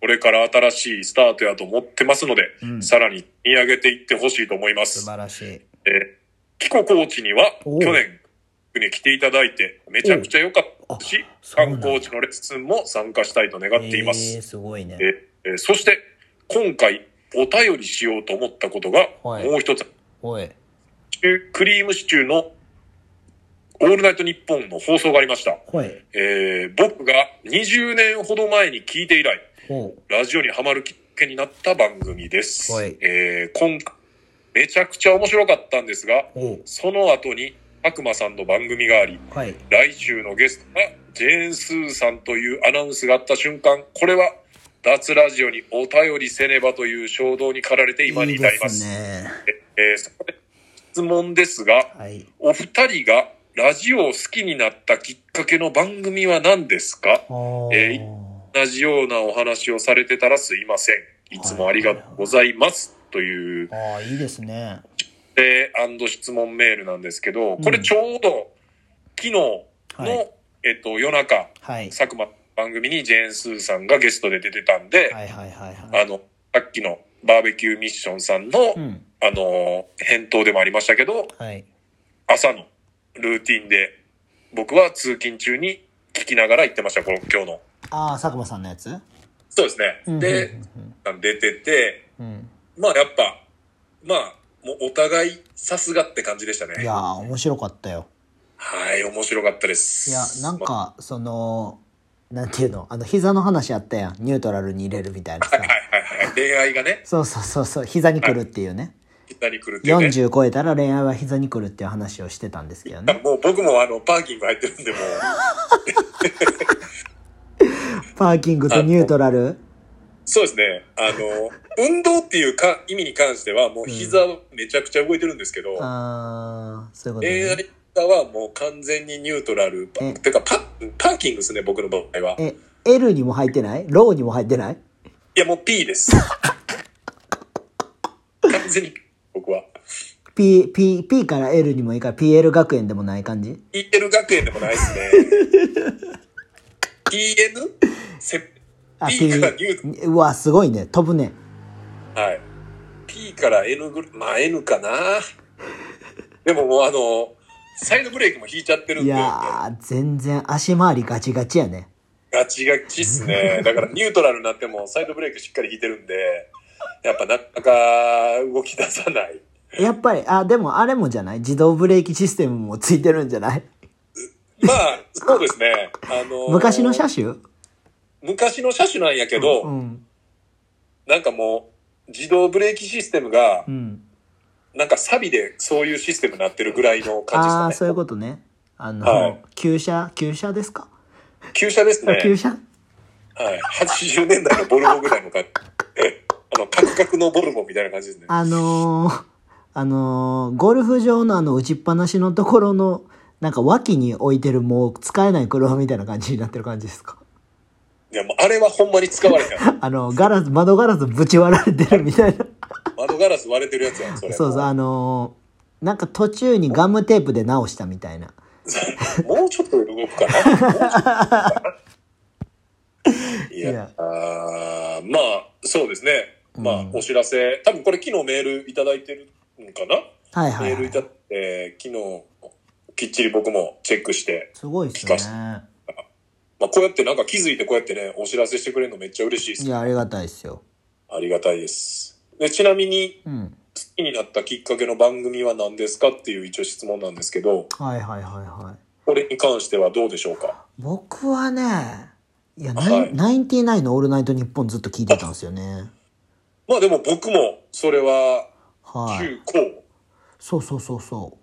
S2: これから新しいスタートやと思ってますので、
S1: うん
S2: さらに見上げていってほしいと思いま
S1: 素
S2: す。
S1: 晴らしい。
S2: えー、キココーチには
S1: お
S2: 去
S1: う
S2: 年、ね、来ていただいて、めちゃくちゃ良かったですし、
S1: そうな
S2: 観
S1: んだ
S2: 光地のレッスンも参加したいと願っています。
S1: えー、すごいね。
S2: ええーそして、今回、お便りしようと思ったことが、
S1: はい
S2: もう一つ、
S1: おい。
S2: クリームシチューの、オールナイトニッポンの放送がありました。
S1: ほい。
S2: えー僕が20年ほど前に聞いて以来、
S1: ほう。
S2: ラジオにハマるきっかけになった番組です。
S1: はい
S2: えー今回、めちゃくちゃ面白かったんですが、
S1: おう。
S2: その後に、悪魔さんの番組があり、
S1: はい。
S2: 来週のゲストがジェーン・スーさんというアナウンスがあった瞬間、これは脱ラジオにお便りせねばという衝動に駆られて今に
S1: いい
S2: 至
S1: で
S2: ります。
S1: すね。
S2: えーそこで質問ですが、
S1: はい。
S2: お二人がラジオを好きになったきっかけの番組は何ですか
S1: あー
S2: え同じようなお話をされてたらすいません。いつもありがとうございます。という
S1: あー、いいですね。
S2: で、アンド質問メールなんですけど、これ
S1: うん
S2: ちょうど昨日の、
S1: はい。
S2: えっと、夜中、
S1: はい。
S2: 佐久間番組にジェーン・スーさんがゲストで出てたんで、
S1: はいはいはいはい。
S2: あの、さっきのバーベキューミッションさんの、
S1: うん。
S2: あの、返答でもありましたけど、
S1: はい。
S2: 朝のルーティンで、僕は通勤中に聞きながら行ってました、この今日の。
S1: ああ、佐久間さんのやつ
S2: そうです
S1: うん
S2: ね。で、
S1: うん
S2: 出てて、
S1: うん
S2: まあやっぱ、まあ、もうお互いさすがって感じでした
S1: うん。い
S2: ね。
S1: やー、面白かったよ。
S2: はい、面白かったで
S1: い
S2: す。
S1: や、なん
S2: まあ。
S1: か、その、なんていうのあの、膝の話あったやん。ニュートラルに入れるみたいな
S2: は
S1: さ
S2: いは。いはいはい。恋愛がね、
S1: そうそうそうそう、膝に来るっていうね。
S2: 膝に来るっていうね。
S1: 40超えたら恋愛は膝に来るっていう話をしてたんですけど
S2: <laughs>
S1: ね。
S2: もう僕もあの、パーキング入ってるんで、もう。
S1: パーキングとニュートラル
S2: そうですね。あ
S1: <laughs>
S2: の、運動っていうか意味に関しては、もう膝はめちゃくちゃ動いてるんですけど、
S1: あー、そういうこと
S2: 恋愛
S1: ね。
S2: はもう完全にニュートラル。パ
S1: うん
S2: てかパ、パーキングですね、僕の場合は。
S1: え、L にも入ってないローにも入ってない
S2: いや、もう P です。 <laughs> 完全に、僕は。
S1: P、P、P から L にもいいから PL 学園でもない感じ
S2: EL 学園でもないで
S1: <laughs>
S2: すね。PN? せ P からニュート
S1: うわ、すごいね。飛ぶね。
S2: はい。P から N ぐらい、まあ N かな。でももうあの、サイドブレーキも引いちゃってるん
S1: い
S2: で、
S1: やー、全然足回りガチガチやね。
S2: ガチガチっ
S1: <laughs>
S2: すね。だからニュートラルになってもサイドブレーキしっかり引いてるんで、やっぱなかなか動き出
S1: <laughs>
S2: さない。
S1: やっぱり、あ、でもあれもじゃない自動ブレーキシステムもついてるんじゃない
S2: まあ、そうですね。あの
S1: 昔の車種
S2: 昔の車種なんやけど、
S1: うん。
S2: なんかもう、自動ブレーキシステムが
S1: う、ん。
S2: なんかサビでそういうシステムになってるぐらいの感じ
S1: ああ、
S2: です
S1: そうい
S2: かね。
S1: うことね。あの、
S2: はい
S1: 旧車旧車ですか、
S2: 旧車ですね。
S1: 旧車
S2: はい。80年代のボルボぐらいの感じ。
S1: <laughs>
S2: あの、カクカクのボルボみたいな感じですね。
S1: あのー、あのー、ゴルフ場のあの打ちっぱなしのところの、なんか脇に置いてるもう使えない車みたいな感じになってる感じですか <laughs>
S2: いや、もうあれはほんまに使われへん。
S1: あの、ガラス、窓ガラスぶち割られてるみたいな。
S2: 窓ガラス割れてるやつやん、それ。
S1: そうそう、あのー、なんか途中にガムテープで直したみたいな。
S2: もうちょっ
S1: <laughs>
S2: とで動くかな。もうちょっと動くかない
S1: い
S2: や
S1: や、
S2: あーまあ、そうですね。まあ
S1: うん、
S2: お知らせ。多分これ昨日メールいただいてるんかな
S1: はいはい、
S2: メールい
S1: は
S2: た
S1: い。
S2: だいて、昨日、きっちり僕もチェックして。
S1: すごいっす
S2: 聞かせ
S1: ね。
S2: まあ、こうやってなんか気づいてこうやってね、お知らせしてくれるのめっちゃ嬉しいで
S1: い
S2: す。
S1: や、ありがたいっすよ。
S2: ありがたいです。で、ちなみに、
S1: うん。
S2: 好きになったきっかけの番組は何ですかっていう一応質問なんですけど、
S1: はいはいはいはい。
S2: これに関してはどうでしょうか
S1: 僕はね、いや、ナ
S2: は
S1: イ
S2: い
S1: ンナインティナインのオールナイトニッポンずっと聞いてたんですよね。
S2: まあでも僕もそれは
S1: はい。
S2: 中高
S1: そうそうそうそ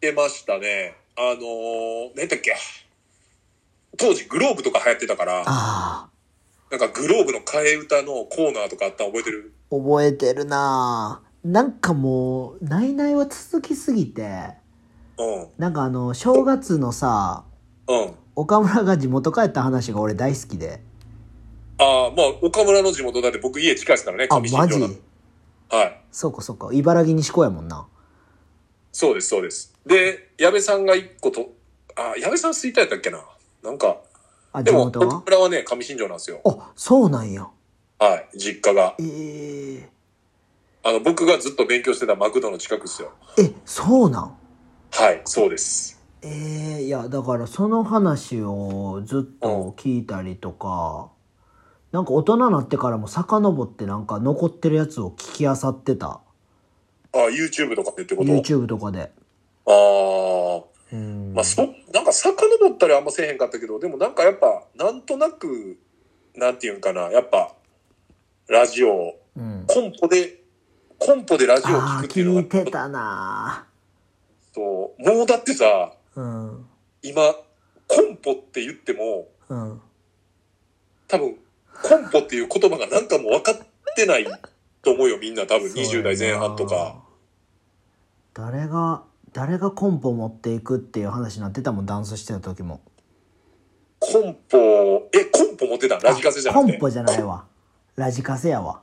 S2: 出ましたね。あのー、何だっけ当時グローブとか流行ってたか
S1: う。
S2: ら、
S1: あ
S2: なんかグローブの替え歌のコーナーとかあったの覚えてる
S1: あ、覚えてるなぁなんかもう、ナイナイは続きすぎて、
S2: うん。
S1: なんかあの、正月のさ、
S2: うん。
S1: 岡村が地元帰った話が俺大好きで。
S2: ああ、まあ、岡村の地元だって僕家近いですからね、
S1: あ、
S2: 上新
S1: マ
S2: 庄
S1: ジ
S2: のはい。
S1: そうかそうか。茨城西高やもんな。
S2: そうです、そうです。で、矢部さんが一個と、あ、矢部さん衰退だったっけななんか、
S1: あ、
S2: で
S1: 地
S2: も、
S1: 元
S2: 岡
S1: は
S2: 村はね、上新庄なんですよ。
S1: あ、そうなんや。
S2: はい、実家が。
S1: えー、
S2: あの、僕がずっと勉強してたマクドの近くですよ。
S1: え、そうなん
S2: はい、そうです。
S1: えー、いや、だからその話をずっと聞いたりとか、なんか大人になってからも遡ってなんか残ってるやつを聞き漁ってた。
S2: あ YouTube とかでってこと
S1: YouTube とかで。
S2: ああ。
S1: うん。
S2: まあ、そ、なんか遡ったりはあんませえへんかったけど、でもなんかやっぱ、なんとなく、なんていうんかな、やっぱ、ラジオ、
S1: うん。
S2: コンポで、コンポでラジオを
S1: あ
S2: 聞く
S1: あ、
S2: っていうの
S1: 聞
S2: が、
S1: いてたな
S2: そう、もうだってさ、
S1: うん。
S2: 今、コンポって言っても、
S1: うん。
S2: 多分、コンポっていう言葉がなんかもう分かってないと思うよ、みんな多分、20代前半とか。
S1: 誰が誰がコンポ持っていくっていう話になってたもんダンスしてた時も
S2: コンポ、え、コンポ持ってたラジカセじゃなくて。
S1: コンポじゃないわラジカセやわ
S2: ラ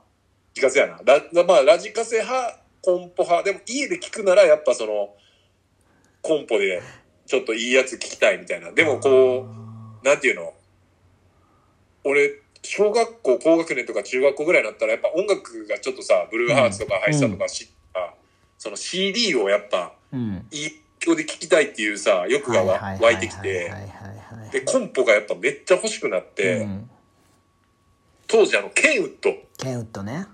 S2: ジカセやな。ラまあ、ラジカセ派、コンポ派。でも、家で聞くなら、やっぱその、コンポで、ちょっといいやつ聞きたいみたいな。でも、こう、なんていうの俺、小学校高学年とか中学校ぐらいになったら、やっぱ音楽がちょっとさ、ブルーハーツとかハイスタとか知った、その CD をやっぱ、
S1: うん
S2: いい今日で聞きたいっていうさ、欲がわ湧いてきて
S1: は、いはいはい
S2: で、コンポがやっぱめっちゃ欲しくなって、
S1: うん
S2: 当時あの、ケンウッド、
S1: ケンウッドね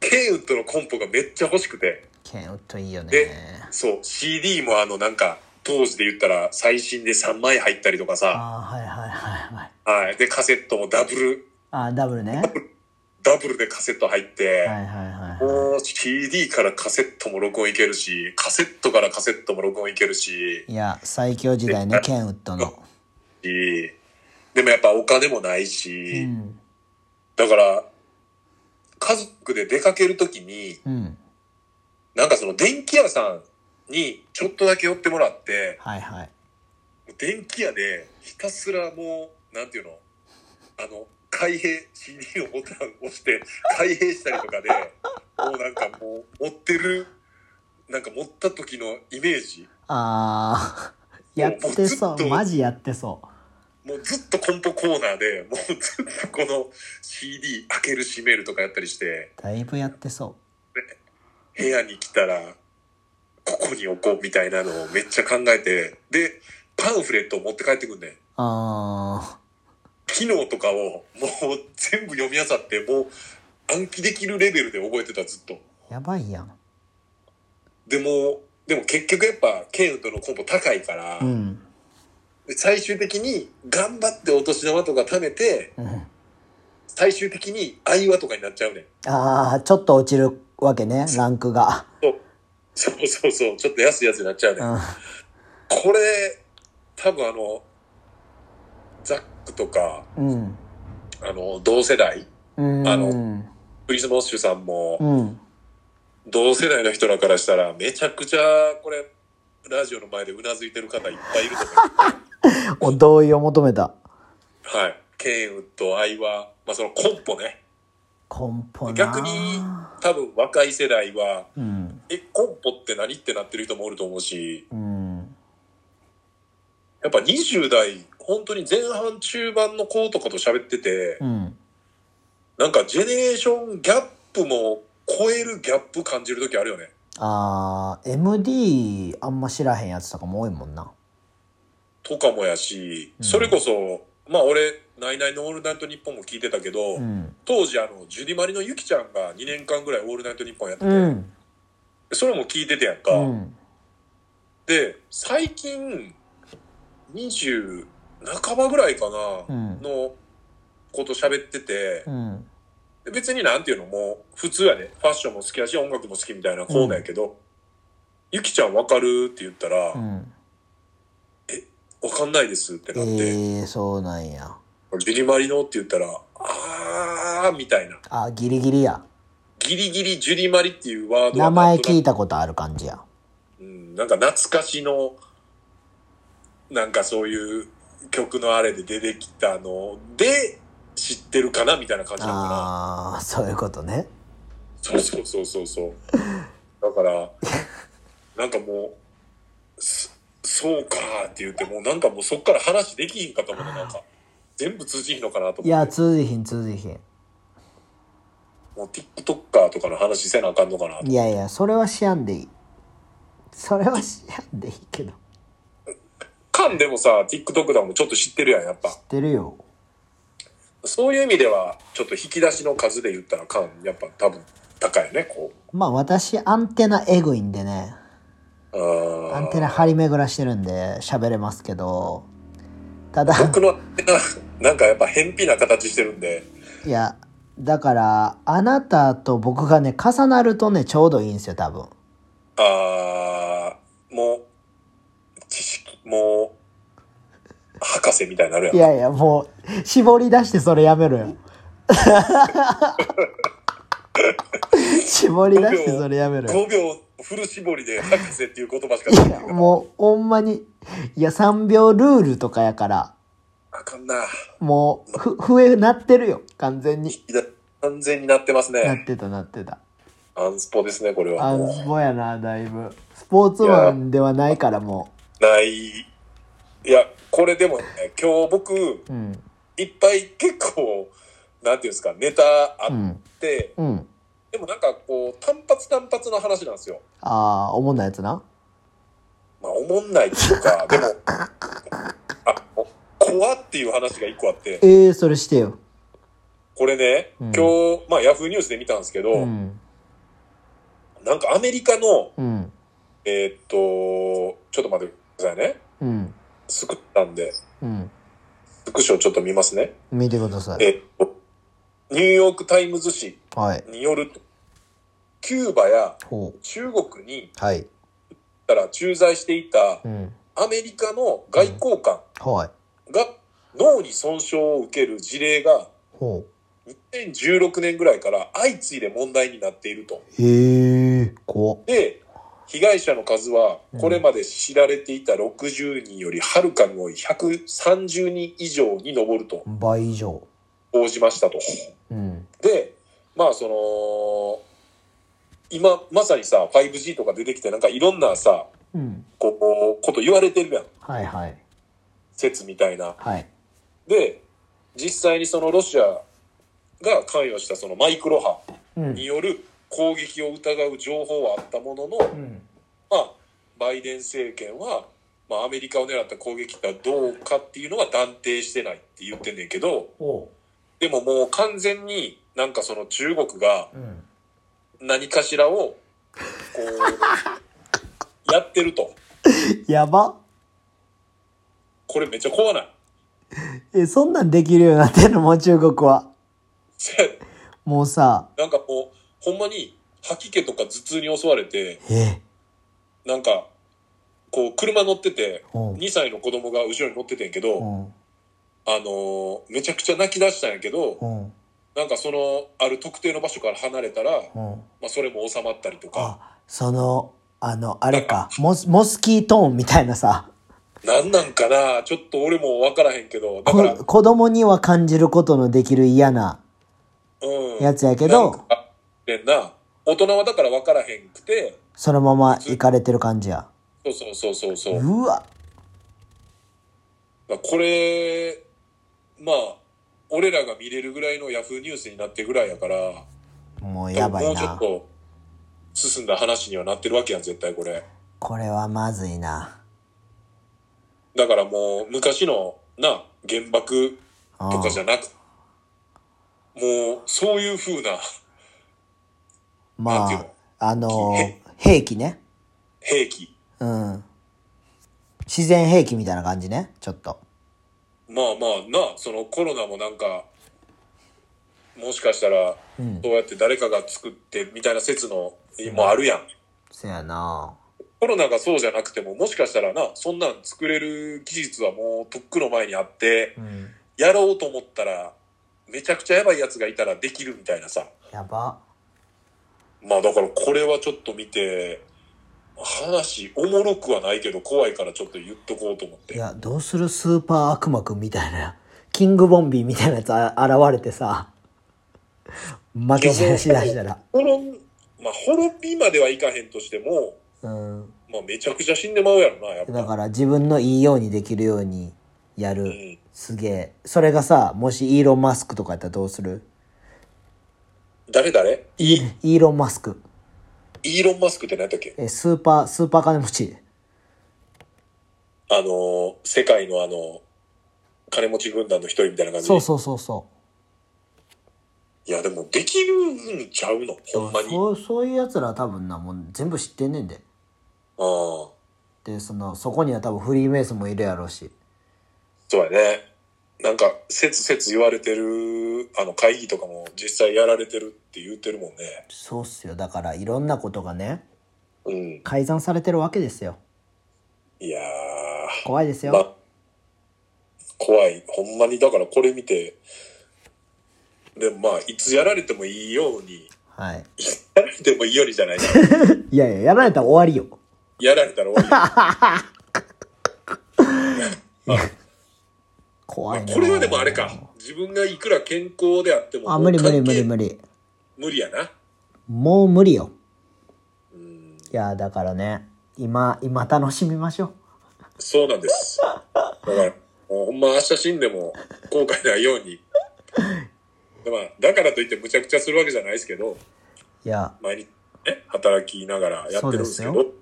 S2: ケンウッドのコンポがめっちゃ欲しくて、
S1: ケンウッドいいよね
S2: でそう、CD もあのなんか、当時で言ったら最新で3枚入ったりとかさ、
S1: ああはいはいはいはい
S2: はい。で、カセットもダブル、
S1: ああダブルね
S2: ダブルでカセット入って、
S1: はいはいはいは
S2: もう CD からカセットも録音いけるし、カセットからカセットも録音いけるし、
S1: いいや最強時代ねケンウッドの
S2: でもやっぱお金もないうし、
S1: ん
S2: だから、家族で出かけるときに、
S1: うん
S2: なんかその電気屋さんにちょっとだけ寄ってもらって、
S1: はいはい
S2: 電気屋でひたすらもうなんていうのあの開閉 CD のボタンを押して開閉したりとかでもうなんかもう持ってるなんか持った時のイメージ
S1: ああ
S2: <laughs>
S1: やってそうマジやってそう
S2: もうずっとコンポコーナーでもうずっとこの CD 開ける閉めるとかやったりして
S1: だいぶやってそう
S2: 部屋に来たらここに置こうみたいなのをめっちゃ考えてでパンフレットを持って帰ってくんねん
S1: あ
S2: 機能とかをもう全部読み漁ってもう暗記できるレベルで覚えてたずっと
S1: あ、やばいやん。
S2: でもでも結局やっぱケイウッドのコンボ高いから、
S1: うん。
S2: 最終的に頑張ってお年玉とか貯めて
S1: うん
S2: 最終的に愛話とかになっちゃうねん
S1: ああ、ちょっと落ちるわけね、ランクが。
S2: そうそうそうちょっと安いやつになっちゃうね、
S1: うんん。
S2: これ多分あのザックとか
S1: うん。
S2: あの同世代
S1: うん。
S2: あのクリス・モッシュさんも、
S1: うん。
S2: 同世代の人らからしたらめちゃくちゃこれラジオの前でうなずいてる方いっぱいいると思う
S1: お同意を求めた。 <laughs>
S2: はいケンウッド愛は、まあ、そのコンポね
S1: コンポな。
S2: 逆に多分若い世代は
S1: うん。
S2: えコンポって何ってなってる人もおると思うし
S1: うん。
S2: やっぱ20代本当に前半中盤の子とかと喋ってて
S1: うん。
S2: なんかジェネレーションギャップも超えるギャップ感じる時あるよね
S1: ああ、MD あんま知らへんやつとかも多いもんな。
S2: とかもやし
S1: うん
S2: それこそまあ俺「ナイナイのオールナイトニッポン」も聞いてたけど、
S1: うん。
S2: 当時あのジュディマリのゆきちゃんが2年間ぐらい「オールナイトニッポン」やってて、
S1: うん。
S2: それも聞いててやんか、
S1: うん。
S2: で最近20半ばぐらいか
S1: う
S2: な、
S1: ん。
S2: のこと喋ってて
S1: うん。
S2: で別になんていうのもう普通やねファッションも好きやし音楽も好きみたいなコーナーやけど、ゆきちゃんわかるって言ったら、
S1: う
S2: わ
S1: ん。
S2: かんないですって
S1: え
S2: なって、
S1: えー、そうなんや。
S2: ジュディマリのって言ったらあーみたいな
S1: あ、ギリギリや。
S2: ギリギリジュディマリっていうワード
S1: 名
S2: は
S1: 前
S2: なんとなく
S1: 聞いたことある感じや。
S2: うん、なんか懐かしの、なんかそういう曲のあれで出てきたので、知ってるかなみたいな感じだか
S1: ああそういうことね
S2: らそうそうそうそうそうだからなんかもうすそうかーって言ってもうなんかもうそっから話できひんかと思うなんか全部通じひんのかなと
S1: い
S2: 思
S1: や
S2: って
S1: 通じひん通じひん
S2: もう TikToker とかの話せなあかんのかなと
S1: いやいやそれはしやんでいいそれはしやんでいいけど知っ
S2: カンでもさ TikTok だもんちょっと知ってるやんやっぱ
S1: てるよ
S2: そういう意味ではちょっと引き出しの数で言ったらカンやっぱ多分高いよねこう
S1: まあ私アンテナエグいんでねア
S2: あ
S1: ン
S2: ー
S1: テナ張り巡らしてるんで喋れますけどただ
S2: 僕のななんかやっぱ偏僻な形してるんで
S1: いやだからあなたと僕がね重なるとねちょうどいいんですよ多分
S2: あーもう知識もう博士みたいになるやん
S1: いやいやもう絞り出してそれやめろよ絞り出してそれやめろよ
S2: 5秒フル絞りで博士っていう言葉しか
S1: い
S2: 出て
S1: や
S2: こない
S1: もうほんまにいや3秒ルールとかやから
S2: あかんな
S1: もうふ笛鳴ってるよ完全に
S2: いや完全になってます
S1: な
S2: ね
S1: ってたなってた
S2: アンスポですねこれは
S1: あ
S2: も
S1: んぼやなだいぶスポーツマンではないからも
S2: うないいやこれでもね今日僕
S1: ううん
S2: いっぱい結構なんていうんですかネタあ
S1: う
S2: っ
S1: ん
S2: て、
S1: うん
S2: でもなんかこう単発単発の話なんですよ
S1: ああおもんなやつな
S2: まあ、おもんないっていう
S1: <laughs>
S2: か、でも、あ、お怖っていう話が一個あって、
S1: ええー、それしてよ
S2: これね、
S1: うん
S2: 今日、まあ、ヤフーニュースで見たんですけど、
S1: うん
S2: なんかアメリカの、
S1: うん
S2: えーっと、ちょっと待ってくださいね。
S1: うん
S2: スクったんで、
S1: うん
S2: スクショをちょっと見ますね。
S1: 見てくださ
S2: え
S1: い
S2: ーっと、ニューヨークタイムズ紙
S1: はい
S2: によると、キューバや
S1: ほう
S2: 中国に、
S1: はい
S2: から駐在していた
S1: うん
S2: アメリカの外交官
S1: はい
S2: が脳に損傷を受ける事例が
S1: ほ
S2: 2016年ぐらいから相次いで問題になっていると。
S1: うへえ怖っ
S2: で、被害者の数はこれまで知られていた60人よりはるかに多い130人以上に上ると
S1: 倍以上
S2: 報じましたと。
S1: うん
S2: で、まあその、今まさにさ、5G とか出てきてなんかいろんなさ、
S1: うん
S2: こう、こと言われてるやん。
S1: はいはい
S2: 説みたいな。
S1: はい
S2: で、実際にそのロシアが関与したそのマイクロ波
S1: うん
S2: による攻撃を疑う情報はあったものの、
S1: うん
S2: まあ、バイデン政権は、まあ、アメリカを狙った攻撃がどうかっていうのは断定してないって言ってんねんけど、
S1: ほ
S2: でももう完全になんかその中国が
S1: ううん
S2: 何かしらを、こう、やってると。
S1: やば
S2: これめっちゃ怖ない。 <laughs>
S1: えそんなんできるようになってんのもう中国は
S2: せ
S1: もうさ
S2: なんかもう、ほんまに吐き気とか頭痛に襲われて、
S1: え
S2: なんか、こう、車乗ってて、
S1: ほう
S2: 2歳の子供が後ろに乗っててんけど、
S1: ほ
S2: あのーめちゃくちゃ泣き出したんやけど
S1: う、ほ
S2: なんかそのある特定の場所から離れたら、
S1: うほう
S2: まあ、それも収まったりとか
S1: あそのあのあれかモスモスキートーンみたいなさ
S2: なんなんかなちょっと俺も分からへんけどだから
S1: こ子供には感じることのできる嫌な
S2: うん
S1: やつやけ
S2: な
S1: ど
S2: んかでんな大人はだから分からへんくて
S1: そのまま行かれてる感じや
S2: そうそうそうそうそう、だか
S1: うわ
S2: らこれまあ俺らが見れるぐらいのヤフーニュースになってぐらいやから
S1: もうやば
S2: も
S1: いう
S2: ちょっ
S1: な
S2: と進んだ話にはなってるわけやん絶対これ
S1: これはまずいな
S2: だからもう昔のな原爆
S1: うん
S2: とかじゃなく、もう、そういう風な <laughs> なん
S1: ま
S2: ていうの
S1: ああの
S2: へ
S1: 兵器ね
S2: 兵器。
S1: うん自然兵器みたいな感じねちょっと
S2: まあまあな、そのコロナもなんか、もしかしたら、
S1: うん
S2: そうやって誰かが作ってみたいな説の、もあるやん。
S1: せやな
S2: コロナがそうじゃなくても、もしかしたらな、そんなん作れる技術はもうとっくの前にあって
S1: う、ん
S2: やろうと思ったら、めちゃくちゃやばいやつがいたらできるみたいなさ。
S1: やば
S2: まあだからこれはちょっと見て、話おもろくはないけど怖いからちょっと言っとこうと思って
S1: い。やどうするスーパー悪魔くんみたいなキングボンビーみたいなやつあ現れてさ、負けじゃしだしたら。
S2: 滅び、まあ、滅びまではいかへんとしても、
S1: うん。
S2: まあ、めちゃくちゃ死んでまうやろな、やっぱ。
S1: だから自分のいいようにできるようにや
S2: う
S1: る。
S2: ん。
S1: すげえ。それがさ、もしイーロン・マスクとかやったらどうする
S2: 誰誰イ
S1: イーロン・マスク。
S2: イーロン・マスクって何やったっけ
S1: え、スーパー、スーパー金持ち。
S2: あのー、世界のあの、金持ち軍団の一人みたいな感じで
S1: そうそうそうそう。
S2: いや、でも、できるんちゃうのほんまに。あ
S1: そうそういうやつらは多分なもう全部知ってんねんで
S2: あ。そ
S1: でそのそこには多分フリーメイソンもいるやろうし
S2: うやね。なんか、せつせつ言われてる、あの、会議とかも実際やられてるって言ってるもんね。
S1: そうっすよだからいろんなことがね
S2: うん。
S1: 改ざんされてるわけですよ
S2: いや
S1: 怖いです
S2: ー、
S1: よ、
S2: ま、怖い。ほんまに、だからこれ見て、でもまあ、いつやられてもいいように、
S1: はい
S2: やられてもいいようにじゃないな。 <laughs>
S1: いやいややられたら終わりよ
S2: やられたら終わ
S1: 怖い <laughs>
S2: り。
S1: な
S2: これはでもあれか。自分がいくら健康であっても、
S1: あ無理無理
S2: もう
S1: 無
S2: 関係
S1: 理無理
S2: 無理やな。
S1: もう無理よ
S2: うん。
S1: いやだからね今今楽しみましょう
S2: そうなんです。だから、もうほんま明日死んでも後悔ないように。でまあ、だからといってむちゃくちゃするわけじゃないですけど、
S1: いや
S2: 毎日、ね、働きながらやってるんですけ
S1: そう
S2: ど、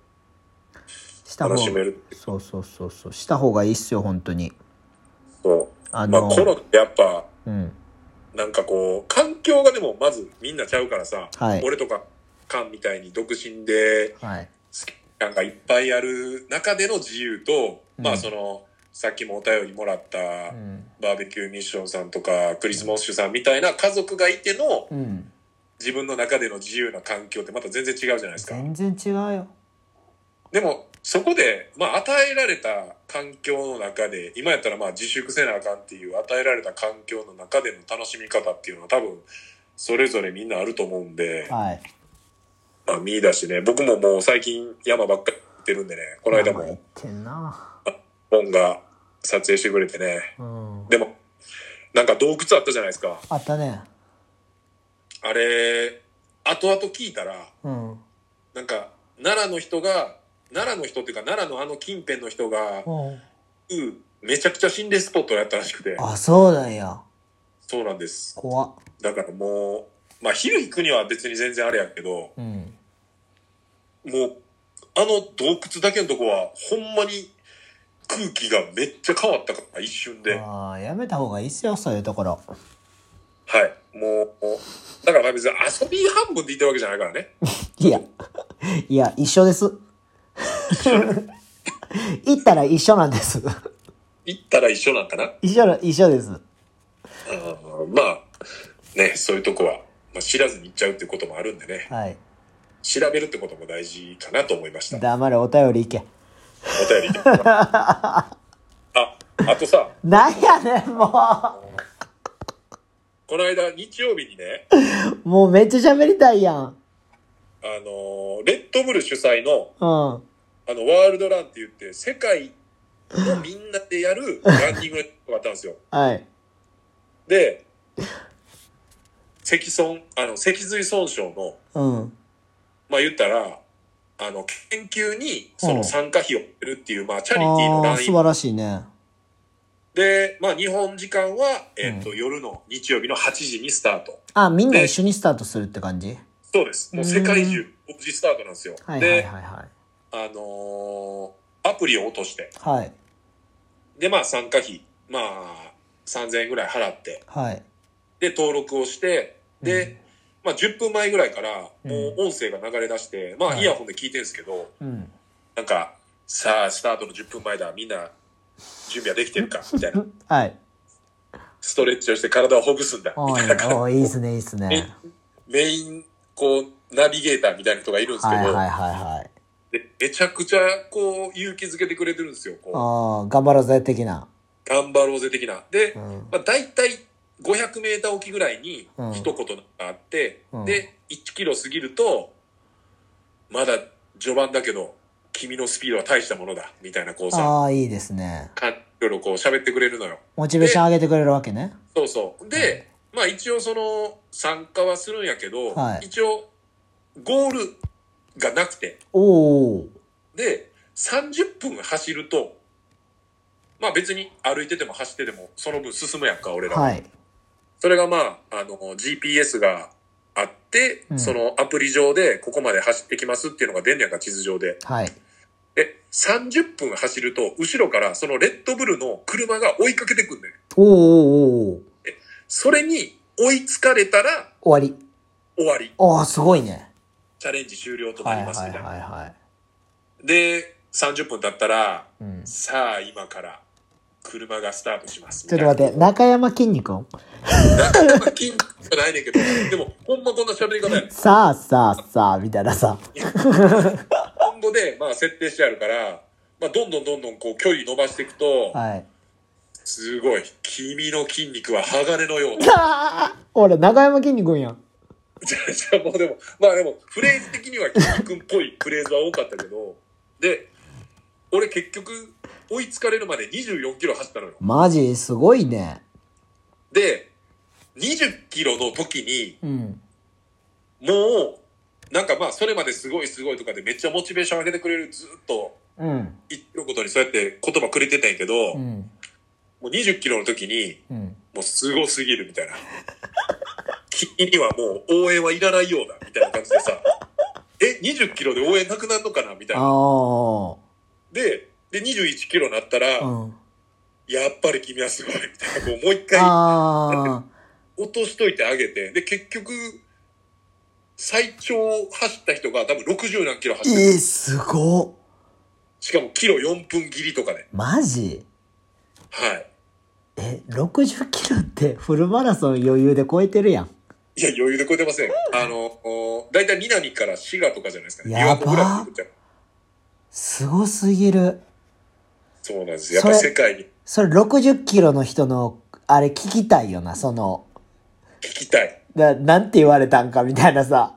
S1: した方
S2: 楽しめる
S1: そうそうそうそうした方がいいっすよ本当に
S2: そう。
S1: あ
S2: まあ
S1: の、
S2: コロナってやっぱ、
S1: うん
S2: なんかこう、環境がでもまずみんなちゃうからさ、
S1: はい
S2: 俺とか、カンみたいに独身で、
S1: はい
S2: なんかいっぱいある中での自由と、
S1: うん
S2: まあその、さっきもお便りもらった、
S1: うん
S2: バーベキューミッションさんとか、クリスモッシュさんみたいな家族がいての、
S1: うん
S2: 自分の中での自由な環境ってまた全然違うじゃないですか。
S1: 全然違うよ
S2: でも、そこで、まあ、与えられた環境の中で、今やったらまあ自粛せなあかんっていう、与えられた環境の中での楽しみ方っていうのは多分、それぞれみんなあると思うんで、
S1: はい
S2: まあ、見出してね、僕ももう最近山ばっかり行ってるんでね、この間
S1: まあ言っ
S2: も
S1: てんな
S2: 本が撮影してくれてね、
S1: うん
S2: でも、なんか洞窟あったじゃないですか。
S1: あったね
S2: あれ、後々聞いたら、
S1: うん
S2: なんか、奈良の人が、奈良の人っていうか、奈良のあの近辺の人が、うんめちゃくちゃ心霊スポットやったらしくて、
S1: あそうなんや
S2: そうなんです。
S1: 怖っ
S2: だからもう、まあ、昼行くには別に全然あれやけど、
S1: うん
S2: もう、あの洞窟だけのとこは、ほんまに空気がめっちゃ変わったから、一瞬で。は
S1: ああやめた方がいいっすよそういうところ
S2: い。もう、もうだからまあ別に遊び半分でいたわけじゃないからね。
S1: いや <laughs> いや一緒です <laughs> 行ったら一緒なんです
S2: 行ったら一緒なんかな。
S1: 一緒な一緒です
S2: うんまあ、ね、そういうとこは、まあ、知らずに行っちゃうっていうこともあるんでね、
S1: はい
S2: 調べるってことも大事かなと思いました。
S1: 黙れお便りいけ
S2: お便り
S1: <laughs>
S2: いきますかあ、あとさ、
S1: なんやねんも
S2: この間日曜日にね、
S1: うもうめっちゃ喋りたいやん
S2: あのーレッドブル主催の、
S1: うん
S2: あの、ワールドランって言って、世界のみんなでやるランニングがあったんですよ。
S1: はい
S2: で、脊損、あの、脊髄損傷の、
S1: うん
S2: まあ言ったら、あの、研究にそ
S1: うん
S2: の参加費を得るっていう、まあチャリティーの
S1: ああ
S2: ラ
S1: 素
S2: イ
S1: 晴
S2: ン
S1: らしいね
S2: で、まあ日本時間は、えっ、と、
S1: う
S2: 夜の日曜日の8時にスタート。
S1: あみんな一緒にスタートするって感じ
S2: そうです。もう世界中、同時スタートなんですよ。
S1: はいはい
S2: で、
S1: はいはい
S2: あのーアプリを落として、
S1: はい
S2: で、まあ参加費、まあ3000円ぐらい払って、
S1: はい
S2: で、登録をして、で、まあ10分前ぐらいから、もう音声が流れ出して、まあ
S1: はい
S2: イヤホンで聞いてるんですけど、
S1: うん
S2: なんか、さあ、スタートの10分前だ、みんな、準備はでき
S1: <laughs>
S2: てるか、みたいな。
S1: はい
S2: ストレッチをして体をほぐすんだ、
S1: お
S2: み
S1: ー
S2: た
S1: いい
S2: いな
S1: お
S2: 感
S1: ーいいっすねいいっす
S2: じ
S1: ね。
S2: メイン、こう、ナビゲーターみたいな人がいるんですけ
S1: はい
S2: ど、
S1: はいはいはい
S2: でめちゃくちゃ、こう、勇気づけてくれてるんですよ。こう
S1: ああ頑張ろうぜ的な
S2: 頑張ろうぜ的な。で、
S1: うん
S2: まあ、大体500メーター置きぐらいに
S1: うん
S2: 一言があって、
S1: うん
S2: で、1キロ過ぎると、まだ序盤だけど、昨君のスピードは大したものだ、みたいなこうさ、
S1: ああ、いいですね。
S2: かいろいろこう喋ってくれるのよ。
S1: モチベーション上げてくれるわけね。
S2: そうそう。で、まあ一応その参加はするんやけど、
S1: はい
S2: 一応ゴールがなくて、
S1: おお。
S2: で、30分走ると、まあ別に歩いてても走っててもその分進むやんか、俺らは。
S1: はい。
S2: それがまあ、あの、GPS があって、
S1: うん
S2: そのアプリ上でここまで走ってきますっていうのが出んねやんか、地図上で。
S1: はい。
S2: で、30分走ると、後ろからそのレッドブルの車が追いかけてくんねん。
S1: おーおーおー
S2: それに追いつかれたら
S1: 終わり。
S2: 終わり。
S1: ああ、すごいね。
S2: チャレンジ終了と
S1: は
S2: な
S1: は
S2: いりま
S1: い
S2: す
S1: は
S2: み
S1: い
S2: たいな。
S1: は
S2: で、30分経ったら、
S1: い。うん。ち
S2: さあ今から車がスタートしますみ
S1: ょ
S2: た
S1: っ
S2: い
S1: と
S2: な。
S1: 待って、中山きんに君。
S2: なんか金じゃないねんけど、でもほんまこんな喋り方やねん。
S1: さあさあさあ、みたいなさ。
S2: 今後で、まあ、設定してあるから、まあ、どんどんどんどんこう距離伸ばしていくと、
S1: <laughs> はい。
S2: すごい、君の筋肉は鋼のような。 <laughs>
S1: ああ俺、中山きんに君やん。
S2: じゃあじゃあもうでも、まあでも、フレーズ的には筋肉っぽいフレーズは多かったけど、で、俺結局、追いつかれるまで24キロ走ったのよ。
S1: マジ、すごいね。
S2: で、20キロの時に、
S1: うん。
S2: もう、なんかまあ、それまですごいすごいとかでめっちゃモチベーション上げてくれる、ずっと、
S1: うん。
S2: 言ってることにそうやって言葉くれてたんやけど、
S1: う
S2: も
S1: ん。
S2: う20キロの時に、
S1: うん。
S2: もうすごすぎるみたいな。 <laughs> 君にはもう応援はいらないようだみたいな感じ
S1: <laughs>
S2: でさ、え、20キロで応援なくなるのかなみたい
S1: あ
S2: な。
S1: あ。
S2: で、で、21キロになったら、
S1: うん。
S2: やっぱり君はすごいみたいな、こうもう一回
S1: ああ。
S2: 落としといてあげて、で、結局、最長走った人が多分60何キロ走
S1: え
S2: ってる。
S1: ー、すごっ。
S2: しかもキロ4分切りとかで、
S1: マジ
S2: はい。
S1: え、60キロってフルマラソン余裕で超えてるやん。
S2: いや、余裕で超えてません。あの、お大体南から滋賀とかじゃないですかね。
S1: やば
S2: 琵琶湖ぐらいってことじゃん
S1: すごすぎる。
S2: そうなんです。やっぱり世界に聞
S1: それ60キロの人の、あれ聞きたいよな、その、
S2: きたい。
S1: な、なんて言われたんかみたいなさ。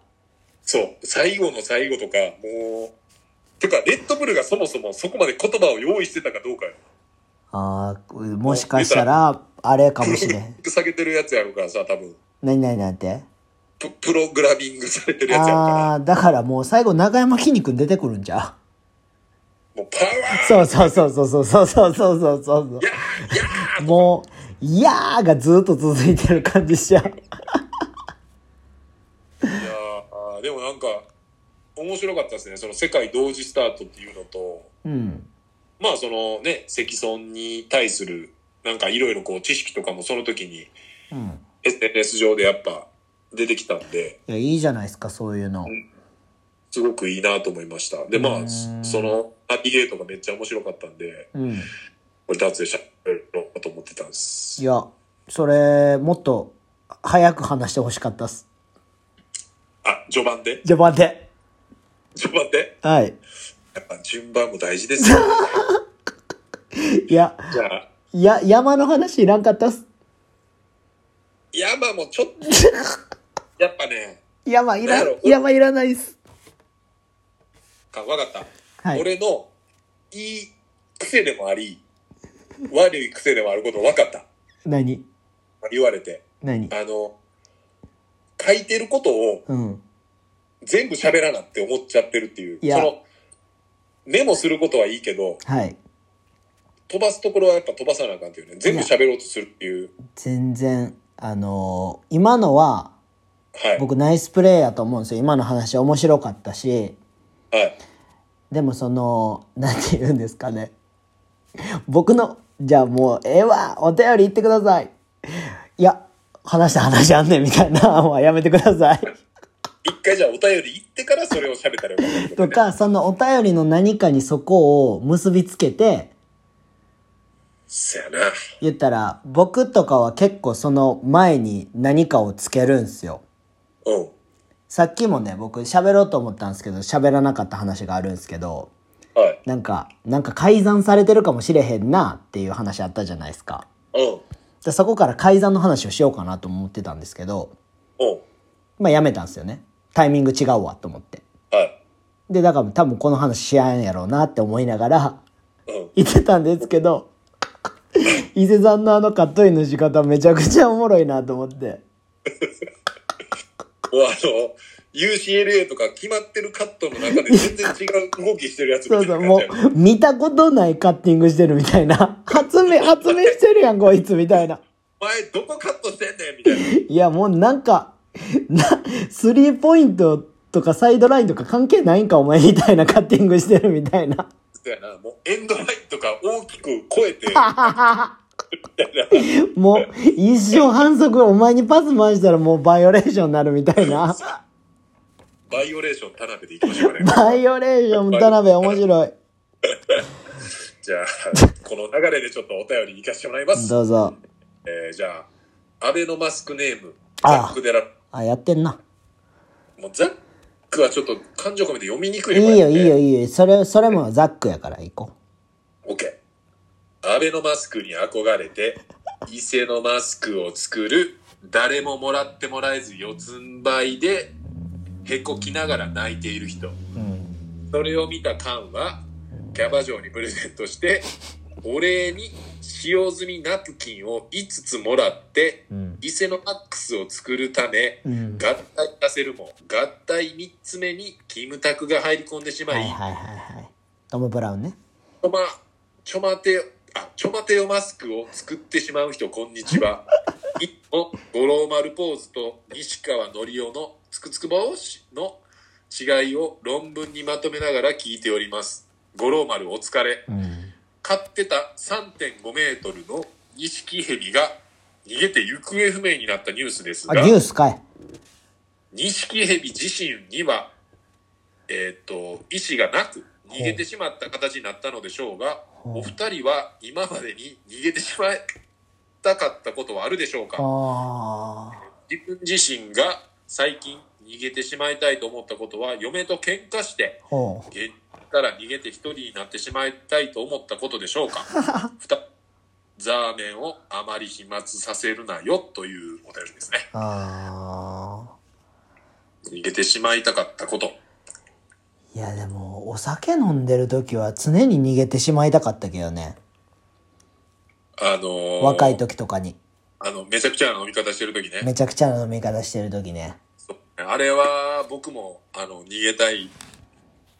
S2: そう、最後の最後とか、もう、てか、レッドブルがそもそもそこまで言葉を用意してたかどうかよ。
S1: ああ、もしかしたら、あれかもしれん。 <laughs>
S2: 下げてるやつやるからさ、多分。
S1: 何何なんて
S2: ププログラミングされてるやつやるから。
S1: ああー、だからもう最後中山きんに君出てくるんじゃう
S2: もう、パワ
S1: そうそうそうそうそうそうそうそうそうそうそう。もう、いやーがずーっと続いてる感じしちゃう。
S2: ーいやーあーでもなんか、面白かったですね。その世界同時スタートっていうのと、
S1: うん。
S2: まあそのね、積損に対する、なんかいろいろこう知識とかもその時に
S1: うん。
S2: SNS 上でやっぱ出てきたんで、
S1: いや、いいじゃないですか、そういうの。
S2: すごくいいなと思いました。で、
S1: う
S2: まあ、
S1: ん
S2: そのアピゲートがめっちゃ面白かったんで、
S1: うん。
S2: これ脱でしゃべろうかと思ってたんです。
S1: いや、それ、もっと、早く話してほしかったっす。
S2: あ、序盤で
S1: じゃあ待って。
S2: 序盤で
S1: はい。
S2: やっぱ順番も大事です
S1: <laughs>
S2: よ。
S1: いや、
S2: じゃあ、
S1: いや、山の話いらんかったっす。
S2: 山もちょっと、
S1: <laughs>
S2: やっぱね、
S1: 山いら
S2: なんや
S1: ん
S2: ろ、
S1: 山いらないっす。
S2: かわかった。
S1: はい。
S2: 俺のいい癖でもあり、悪い癖でもあること分かった。
S1: 何
S2: 言われて。
S1: 何
S2: あの、書いてることを
S1: うん。
S2: 全部喋らなって思っちゃってるっていう。
S1: いや
S2: その、メモすることはいいけど、
S1: はい。
S2: 飛ばすところはやっぱ飛ばさなあかんっていうね。全部喋ろうとするっていう。
S1: 全然、あのー今のは、
S2: はい。
S1: 僕ナイスプレーやと思うんですよ。今の話面白かったし、
S2: はい。
S1: でもその、なんて言うんですかね。僕の、じゃあもう、ええわ、お便り言ってください。いや、話した話あんねんみたいな、もうやめてください。
S2: 一回じゃあお便り行ってからそれを喋ったらよかったってこと
S1: と
S2: ね
S1: か、そのお便りの何かにそこを結びつけて、
S2: そやな。
S1: 言ったら、僕とかは結構その前に何かをつけるんすよ。
S2: うん。
S1: さっきもね、僕喋ろうと思ったんですけど、喋らなかった話があるんですけど、
S2: はい。
S1: なんか、なんか改ざんされてるかもしれへんなっていう話あったじゃないですか。
S2: うん。
S1: でそこから改ざんの話をしようかなと思ってたんですけど、
S2: うん。
S1: まあやめたんですよね。タイミング違うわと思って。
S2: はい。
S1: で、だから多分この話し合うんやろうなって思いながら、 <laughs>
S2: うん。
S1: 言ってたんですけど、伊勢さんのあのカットインの仕方めちゃくちゃおもろいなと思って。
S2: もうあの、UCLA とか決まってるカットの中で全然違う動きしてるやつみた
S1: そう
S2: い
S1: そ
S2: な
S1: う、
S2: 感
S1: も
S2: じやも
S1: う、
S2: ん
S1: 見たことないカッティングしてるみたいな。発明、発明してるやん、こいつ、みたいな。
S2: お前どこカットしてんねんみたいな。
S1: いや、もうなんか、な、スリーポイントとかサイドラインとか関係ないんか、お前、みたいなカッティングしてるみたいな。
S2: そうやな。もう <laughs> エンドラインとか大きく
S1: <laughs>
S2: 超えて、
S1: もう、一生反則、お前にパス回したらもうバイオレーションになるみたい <laughs> な。
S2: バイオレーション田辺でいきましょうかね。
S1: バイオレーション、田辺、面白い。
S2: じゃあ、この流れでちょっとお便り行かせてもらいます。
S1: どうぞ。
S2: えー、じゃあ、アベノマスクネーム、ザ
S1: ああ
S2: ックデラ。
S1: あ、やってんな。
S2: もうザックはちょっと感情込めて読みにくい
S1: い
S2: のがあ
S1: いよ、
S2: るん
S1: い
S2: で
S1: いよ、いいよ。それ、それもザックやから、行こ
S2: OK。アベノマスクに憧れて、伊勢のマスクを作る、誰ももらってもらえず四つん這いで、へこきながら泣いている人。
S1: う。うん。
S2: それを見たカンは、キャバ嬢にプレゼントして、お礼に使用済みナプキンを5つもらって、
S1: うん。
S2: 伊勢のマックスを作るため、
S1: うん。
S2: 合体させるも、合体3つ目にキムタクが入り込んでしま
S1: はい
S2: い、
S1: はいはいはい。トム・ブラウンね。
S2: ちょま、ちょまて、あ、ちょまてよマスクを作ってしまう人、こんに
S1: <laughs>
S2: ちは。一本、五郎丸ポーズと西川のりおのつくつく帽子の違いを論文にまとめながら聞いております。五郎丸お疲れ。
S1: うん。
S2: 買ってた3.5メートルの錦蛇が逃げて行方不明になったニュースです
S1: あ、
S2: が
S1: ニ、ュースかい。
S2: 錦蛇自身には、えっ、と、意思がなく逃げてしまった形になったのでしょうが、
S1: う
S2: お二人は今までに逃げてしまいたかったことはあるでしょうか
S1: ああ。
S2: 自分自身が最近逃げてしまいたいと思ったことは、嫁と喧嘩して、
S1: ほう。
S2: 現実から逃げて一人になってしまいたいと思ったことでし
S1: <laughs>
S2: ょうかふたザーメンをあまり飛沫させるなよというお便りですね。
S1: あ
S2: 逃げてしまいたかったこと。
S1: あ。いや、でも、お酒飲んでる時は常に逃げてしまいたかったけどね。
S2: あのー
S1: 若い時とかに。
S2: あの、めちゃくちゃな飲み方してる時ね。
S1: めちゃくちゃな飲み方してる時ね。
S2: そうあれは僕も、あの、逃げたい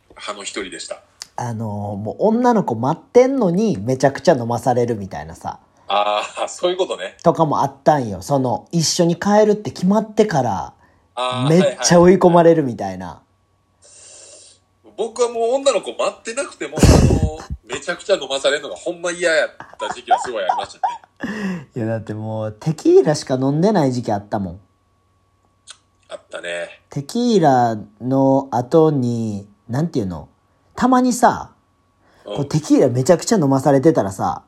S2: 派の一人でした。
S1: あのーもう女の子待ってんのにめちゃくちゃ飲まされるみたいなさ。
S2: ああ、そういうことね。
S1: とかもあったんよ。その、一緒に帰るって決まってから、
S2: あー
S1: めっちゃ追い込ま
S2: れ、
S1: れるみたいな。
S2: はいはい僕はもう女の子待ってなくても、あの、めちゃくちゃ飲まされるのがほんま嫌やった時期はすごいありましたね。
S1: いや、だってもう、テキーラしか飲んでない時期あったもん。
S2: あったね。
S1: テキーラの後に、なんていうのたまにさ、
S2: う。
S1: こうんテキーラめちゃくちゃ飲まされてたらさ、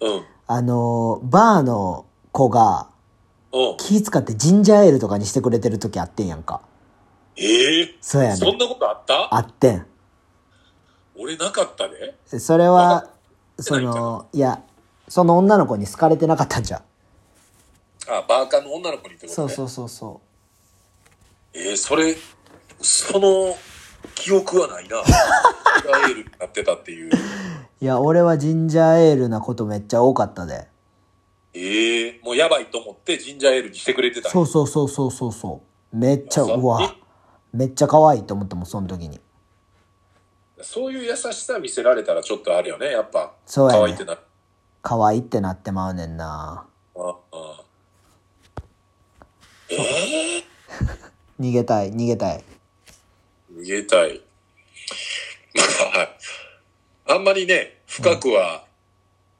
S2: うん。うん。
S1: あのーバーの子が気使ってジンジャーエールとかにしてくれてる時あってんやんか。
S2: ええ
S1: そうや
S2: そ
S1: ね
S2: ん
S1: ん。
S2: なことあった
S1: あってん。
S2: 俺なかったね。
S1: それ
S2: わか
S1: は、
S2: て
S1: そ
S2: ないんかな
S1: の、いや、その女の子に好かれてなかったんじゃん。
S2: あ、バーカーの女の子にってこと
S1: そう
S2: ね。。
S1: そううそうそ
S2: ええそれ、その、記憶はな
S1: <laughs>
S2: いな。ガエールになってたっていう。
S1: う。いや、俺はジンジャーエールなことめっちゃ多かったで。
S2: ええもうやばいと思ってジンジャーエールにしてくれてたんや
S1: そうそうそうそうそうそう。めっちゃ、
S2: あそう
S1: うわ、めっちゃ可愛いと思ったもん、その時に。
S2: そういう優しさ見せられたらちょっとあるよね、やっぱ。
S1: そうやね
S2: 可愛いってなる。
S1: 可愛いってなってまうねんな。
S2: ああええ
S1: 逃げたい、逃げたい。
S2: 逃げたい。 <laughs> まあ、あんまりね、深くは、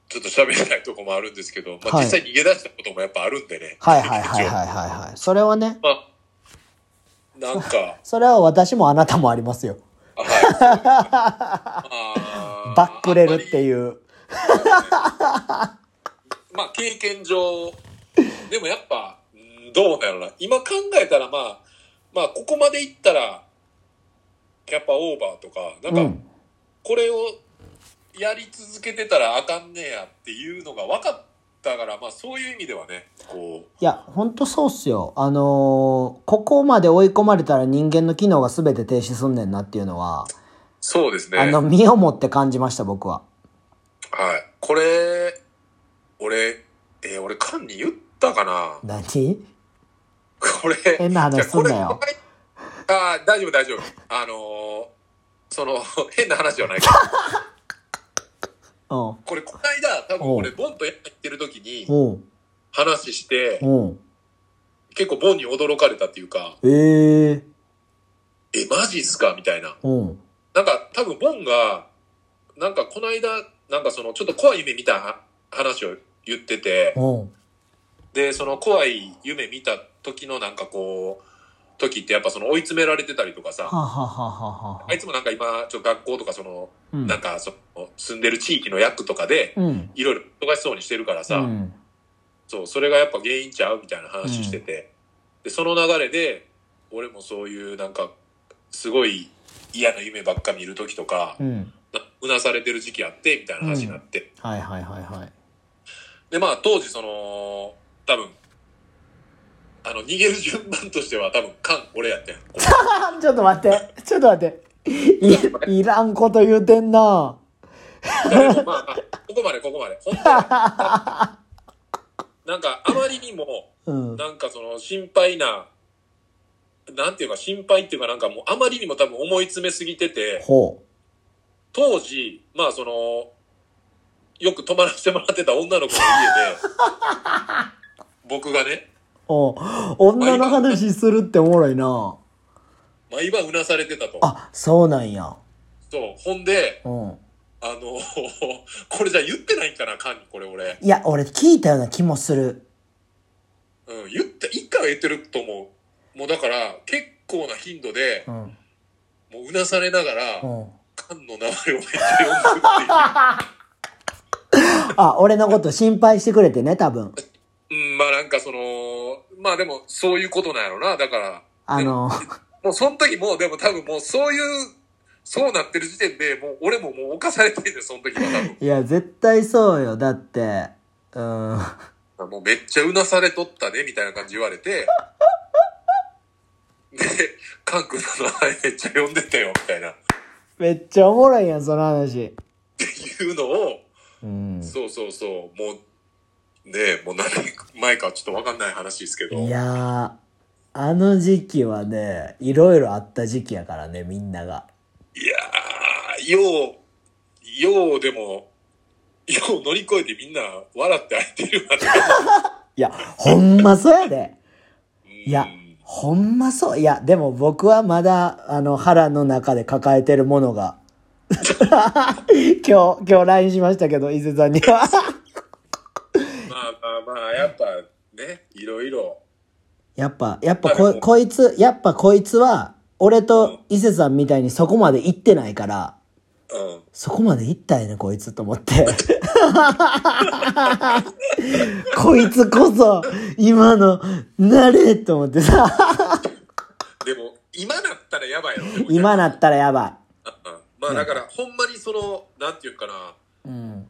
S2: ちょっと喋れないとこもあるんですけど、まあ
S1: はい
S2: 実際逃げ出したこともやっぱあるんでね。
S1: はいはいはいはいはいはい。それはね、
S2: まあ、な
S1: <laughs>
S2: んか、
S1: それは私もあなたもありますよ。 <laughs>
S2: はい。
S1: バックれるって
S2: う。
S1: いう。
S2: まあ経験上、でもやっぱ、うんどうなのな。今考えたらまあ、まあここまでいったら、キャパオーバーとか、な
S1: うん
S2: か
S1: ん。
S2: これをやり続けてたらあかんねやっていうのが分かったから、まあそういう意味ではね、こ
S1: いや、ほんとそうっすよ。あのーここまで追い込まれたら人間の機能が全て停止すんねんなっていうのは、
S2: う、そうですね。
S1: あの、身をもって感じました、僕は。
S2: はい。これ、俺、えー俺、カンに言ったかな <laughs>
S1: 何
S2: これ、
S1: 変な話すんなよ
S2: じゃあこれあー大丈夫、大丈夫。あのーその、変な話じゃないから。
S1: うん。
S2: これ、こないだ、多分
S1: おう
S2: 俺、ボンとやってる時に
S1: うん。
S2: 話して、
S1: うん。
S2: 結構ボンに驚かれたっていうか、
S1: ええ
S2: え、マジっすかみたいな。
S1: うん。
S2: なんか、多分ボンが、なんか、こないだ、なんかその、ちょっと怖い夢見た話を言ってて、
S1: うん。
S2: で、その怖い夢見た時のなんかこう、時ってやっぱその追い詰められてたりとかさ、
S1: はあ、はあはあはあは
S2: あいつもなんか今、ちょっと学校とかその、
S1: あ、うん。
S2: なんかその住んでる地域の役とかで、
S1: うん。
S2: いろいろ忙しそうにしてるからさ、
S1: うん。
S2: そう、それがやっぱ原因ちゃうみたいな話してて、で、その流れで、俺もそういうなんか、すごい嫌な夢ばっか見る時とか
S1: う、ん。
S2: なうなされてる時期あって、みたいな話になって。
S1: はいはいはいはい。
S2: で、まあ当時その、多分、あの、逃げる順番としては多分、カン、俺やってん。
S1: あ <laughs> ちょっと待って。ちょっと待って。い、いらんこと言うてんな。
S2: でもまあ、あここまでここまで。本
S1: <laughs>
S2: 当になんか、あまりにも、
S1: うん。
S2: なんかその、心配な、なんていうか、心配っていうか、なんかもう、あまりにも多分思い詰めすぎてて、
S1: ほ
S2: 当時、まあその、よく泊まらせてもらってた女の子の家で、
S1: <laughs>
S2: 僕がね、
S1: う。お女の話するっておもろいな。
S2: 毎晩うなされてたと。
S1: あ、そうなんや。
S2: そう。ほんで、
S1: うん。
S2: あの、 <laughs> これじゃ言ってないんかな、カンに、これ俺。
S1: いや、俺聞いたような気もする。
S2: うん、言った、一回は言ってると思う。もうだから、結構な頻度で
S1: う、ん。
S2: もううなされながら、
S1: うん。
S2: カンの名前をめっちゃ呼んでるっ
S1: あ、俺のこと心配してくれてね、多分。
S2: ていう。うん、まあなんかその、まあでも、そういうことなんやろな。だから、
S1: あ <laughs> の、
S2: もうその時も、でも多分もうそういう、そうなってる時点で、もう俺ももう犯されてるんだよ、その時は多
S1: いや、絶対そうよ。だって、うん。
S2: 分。もうめっちゃうなされとったね、みたいな感じ言われて、 <laughs> で、カン君の名前めっちゃ呼んでたよ、みたいな。っ
S1: めっちゃおもろいやん、その話。
S2: ていうのを、
S1: うん。
S2: そうそうそう、もう、ねえ、もう何年前かちょっとわかんない話ですけど。
S1: いやー、あの時期はね、いろいろあった時期やからね、みんなが。
S2: いやー、よう、ようでも、よう乗り越えてみんな笑って会えてるわね。
S1: いや、ほんまそうやで。いや
S2: うん
S1: ほんまそう。いや、でも僕はまだ、あの、腹の中で抱えてるものが。 <laughs> 今日、今日 LINE しましたけど、伊勢さんに <laughs> は。
S2: まあまあまあ、やっぱね、いろいろ。
S1: やっぱ、やっぱこ、こいつ、やっぱこいつは、俺と伊勢さんみたいにそこまで行ってないから、
S2: うん。
S1: そこまで行ったよね、こいつと思 <laughs> って。こいつこそ、今の、なれと思って <laughs> さ、
S2: でも、今だったらやばいよ。でも
S1: 今なったらやば
S2: うんまあだから、ほんまにその、なんていうかな、わ
S1: い。うん。、
S2: うん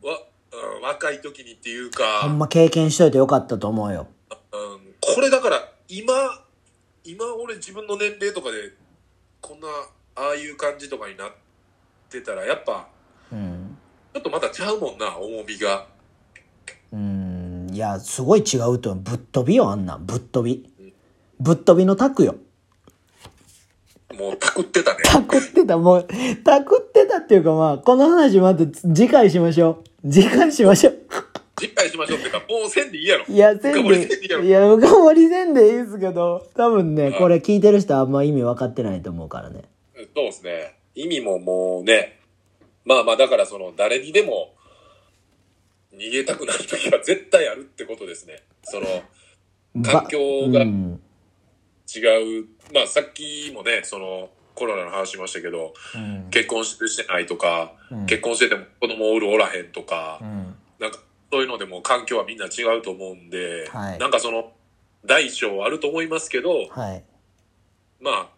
S2: 若い時にっていうか、
S1: ほ
S2: うんん、
S1: ま経験しといてよかったと思うよ。
S2: これだから、今、今俺自分の年齢とかで、こんな、ああいう感じとかになってたら、やっぱ、
S1: うん。
S2: ちょっとまたちゃうもんな、重みが。
S1: うん。いや、すごい違うと思う。ぶっ飛びよ、あんなん。ぶっ飛び。ぶっ飛びのタクよ。
S2: もう、パクってたね。
S1: タクってた、もう、タクってたっていうかまあ、この話また次回しましょう。次回しましょう。
S2: 実回しましょうっていうか、もうせんでいいやろ。
S1: いや、せ
S2: 深
S1: ん
S2: 掘りせんでいいやろ
S1: で、いや、深掘りせんでいいですけど、多分ね、
S2: ん
S1: これ聞いてる人はあんま意味分かってないと思うからね。
S2: そうですね。意味ももうね、まあまあだからその誰にでも逃げたくなる時は絶対あるってことですね。その環境が
S1: うん
S2: 違う、まあさっきもね、そのコロナの話しましたけど、
S1: うん
S2: 結婚してしてないとか、
S1: うん
S2: 結婚してても子供おるおらへんとか
S1: う、ん
S2: なんかそういうのでも環境はみんな違うと思うんで、
S1: はい
S2: なんかその大小あると思いますけど、
S1: はい。
S2: ま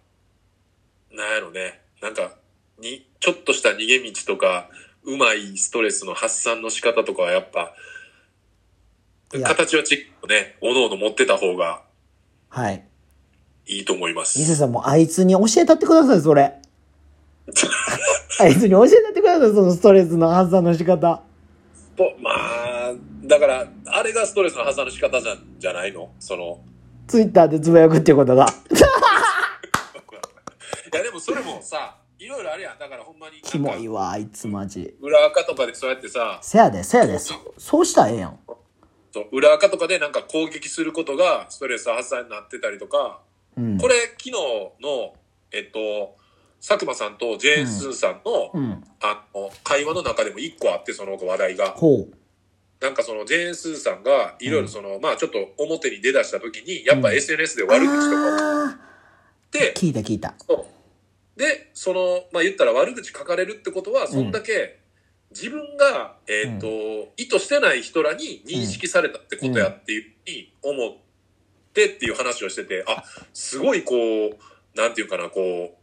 S2: あ、なんやろね。なんか、に、ちょっとした逃げ道とか、うまいストレスの発散の仕方とかはやっぱ、
S1: いや
S2: 形はちっとね、おのおの持ってた方が
S1: はい。
S2: いいと思いま
S1: 伊勢
S2: す。
S1: さんもあいつに教えたってください、それ。あいつに教えてやってください、そのストレスの発散の仕方。
S2: ぽまあ、だから、あれがストレスの発散の仕方じゃじゃないのその、
S1: ツイッターでつぶやくっていうことが。
S2: いやでもそれもさ、いろいろあれやん。だからほんまになんか、
S1: キモいわ、あいつマジ。
S2: 裏垢とかでそうやってさ、
S1: せやで、せやで、そそうしたらええやん。
S2: そう裏垢とかでなんか攻撃することがストレス発散になってたりとか、
S1: うん。
S2: これ昨日の、えっと、佐久間さんとジェーン・スーさんの,、
S1: うん。
S2: あの会話の中でも一個あって、その話題が。
S1: ほう。
S2: なんかそのジェーン・スーさんがいろいろその、まあちょっと表に出だした時に、やっぱ SNS で悪口とかを言っ
S1: あ
S2: て
S1: ー、聞いた聞いた。
S2: そうで、その、まあ言ったら悪口書かれるってことは、そんだけ自分が、えっ、と、意図してない人らに認識されたってことやっていうふうに思ってっていう話をしてて、あ、すごいこう、なんていうかな、こ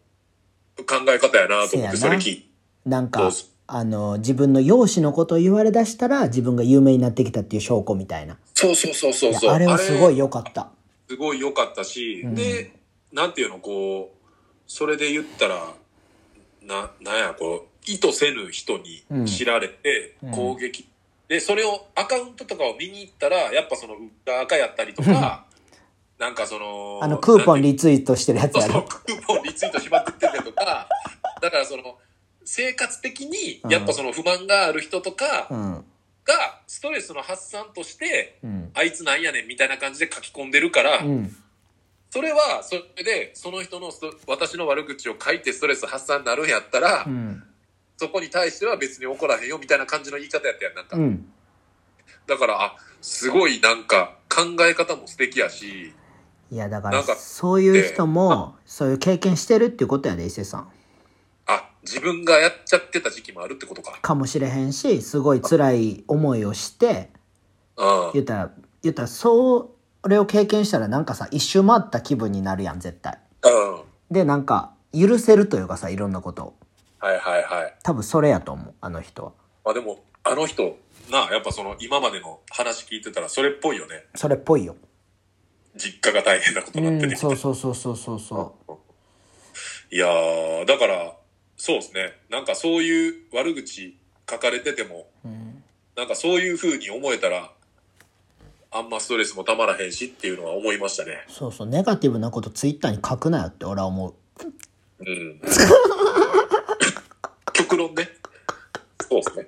S2: う、考え方やなと思って、
S1: せや
S2: そ
S1: な
S2: れ聞い
S1: なん
S2: そ
S1: か
S2: うそう、
S1: あの、自分の容姿のことを言われだしたら、自分が有名になってきたっていう証拠みたいな。
S2: そうそうそうそう
S1: い
S2: そう。
S1: や、あれはすごい良かった。
S2: すごい良かったし、
S1: うん
S2: で、なんていうの、こう、それで言ったら、な、なんや、こう、意図せぬ人に知られて
S1: うん、
S2: 攻撃、で、それを、アカウントとかを見に行ったら、やっぱその、裏赤やったりとか、なんかその、
S1: あの、クーポン
S2: なんていう
S1: リツイートしてるやつ
S2: そう
S1: や
S2: そう
S1: ろ。
S2: クーポンリツイートしまくってたりとか、だからその、生活的に、やっぱその不満がある人とか
S1: うん。
S2: が、ストレスの発散として、
S1: うん。
S2: あいつなんやねんみたいな感じで書き込んでるから、
S1: うん。
S2: それは、それで、その人のスト、私の悪口を書いてストレス発散になるんやったら、
S1: うん。
S2: そこに対しては別に怒らへんよ、みたいな感じの言い方やったやん、なんか。
S1: うん。
S2: だから、あ、すごいなんか、考え方も素敵やし、
S1: いや、だか
S2: な
S1: ら、
S2: んか
S1: そういう人も、そういう経験してるっていうことやで、伊勢さん。
S2: あ、自分がやっちゃってた時期もあるってことか。
S1: かもしれへんし、すごい辛い思いをして、
S2: うん。
S1: 言ったら、言ったら、それを経験したらなんかさ、一周回った気分になるやん、絶対。
S2: うん。
S1: で、なんか、許せるというかさ、いろんなことを。
S2: はいはいはい。
S1: 多分それやと思う、あの人は。
S2: まあでも、あの人、なあ、やっぱその、今までの話聞いてたら、それっぽいよね。
S1: それっぽいよ。
S2: 実家が大変なこと
S1: う
S2: になって
S1: ん、
S2: ね。
S1: そうそうそうそうそうそ
S2: いやー、だから、そうですね。なんかそういう悪口書かれてても、
S1: う。うん、
S2: なんかそういう風に思えたら、あんまストレスもたまらへんしっていうのは思いましたね。
S1: そうそう、ネガティブなことツイッターに書くなよって俺は思う。
S2: うん。極論ね。そうですね。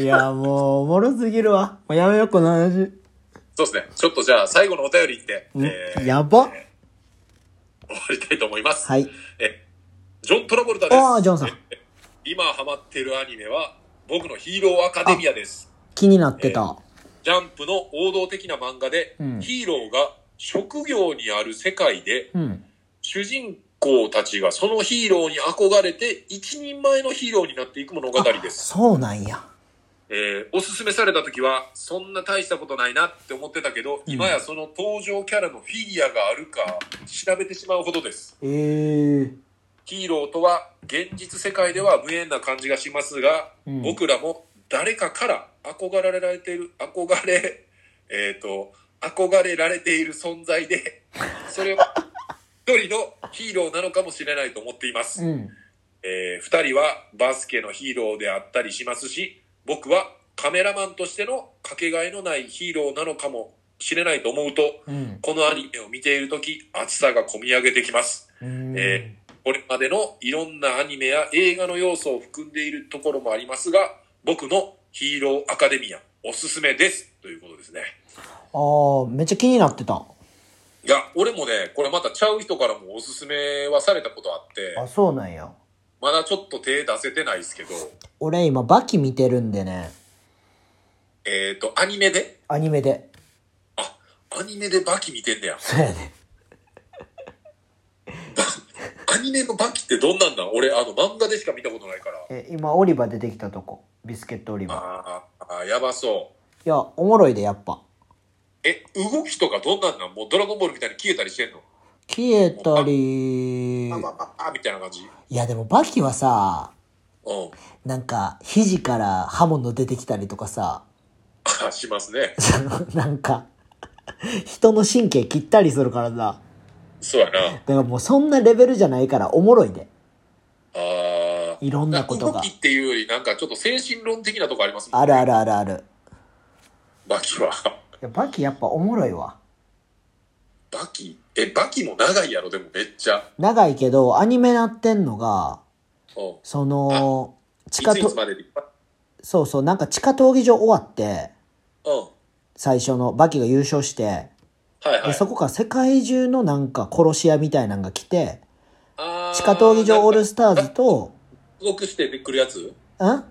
S2: <laughs>
S1: いや、もう、おもろすぎるわ。もうやめよう、この話。
S2: そうですね。ちょっとじゃあ最後のお便りって、
S1: ん
S2: えー
S1: やば
S2: えー終わりたいと思います。
S1: はい。
S2: え、ジョン・トラボルタです。
S1: ああ、ジョンさん。
S2: え今ハマってるアニメは、僕のヒーローアカデミアです。
S1: 気になってた。
S2: ジャンプの王道的な漫画で、
S1: うん
S2: ヒーローが職業にある世界で、
S1: うん。
S2: 主人公たちがそのヒーローに憧れて一人前のヒーローになっていく物語です。
S1: そうなんや。
S2: えーおすすめされた時はそんな大したことないなって思ってたけど、
S1: うん
S2: 今やその登場キャラのフィギュアがあるか調べてしまうほどです。
S1: ええ
S2: ヒーローとは現実世界では無縁な感じがしますが、
S1: うん
S2: 僕らも誰かから憧れられている、憧れ、えっ、と、憧れられている存在で、それは一人のヒーローなのかもしれないと思っています。
S1: うん。
S2: えー二人はバスケのヒーローであったりしますし、僕はカメラマンとしてのかけがえのないヒーローなのかもしれないと思うと、
S1: うん。
S2: このアニメを見ているとき、熱さが込み上げてきます。
S1: うん
S2: えこれまでのいろんなアニメや映画の要素を含んでいるところもありますが、僕のヒーローアカデミア、おすすめです。ということですね。
S1: ああ、めっちゃ気になってた。
S2: いや、俺もね、これまたちゃう人からもおすすめはされたことあって、
S1: あ、そうなんや。
S2: まだちょっと手出せてないですけど、
S1: 俺今、バキ見てるんでね。
S2: えっ、と、アニメで
S1: アニメで。
S2: あ、アニメでバキ見てんねや。
S1: そうやね。
S2: アニメのバキってどんなんだ俺、あの、漫画でしか見たことないから。
S1: え、今、オリバ出てきたとこ。ビスケットオリバ。
S2: あーあー、やばそう。
S1: いや、おもろいで、やっぱ。
S2: え、動きとかどんなんなんもうドラゴンボールみたいに消えたりしてんの
S1: 消えたり
S2: あ、。まあ、まあ、みたいな感じ。うん。
S1: いや、でも、バキはさ、なんか、肘から刃物出てきたりとかさ、 <laughs>
S2: あしますね。
S1: そのなんか、人の神経切ったりするからさ。
S2: そうやな。
S1: だからもう、そんなレベルじゃないから、おもろいで。
S2: ああ。
S1: いろんなことが
S2: 動きっていうより、なんかちょっと精神論的なとこありますもん
S1: あるあるあるある。
S2: バキは。 <laughs>
S1: いや、バキやっぱおもろいわ。
S2: バキえ、バキも長いやろ、でもめっちゃ。
S1: 長いけど、アニメなってんのが、
S2: うん。
S1: その、地
S2: い
S1: 下
S2: つい
S1: と
S2: つ、までに。
S1: そうそう、なんか地下闘技場終わって、
S2: うん。は
S1: 最初のバキが優勝して、
S2: いは
S1: で
S2: い。
S1: そこから世界中のなんか殺し屋みたいなんが来て、
S2: あー
S1: 地下闘技場オールスターズ。と、
S2: 脱獄してくるやつ
S1: んあ、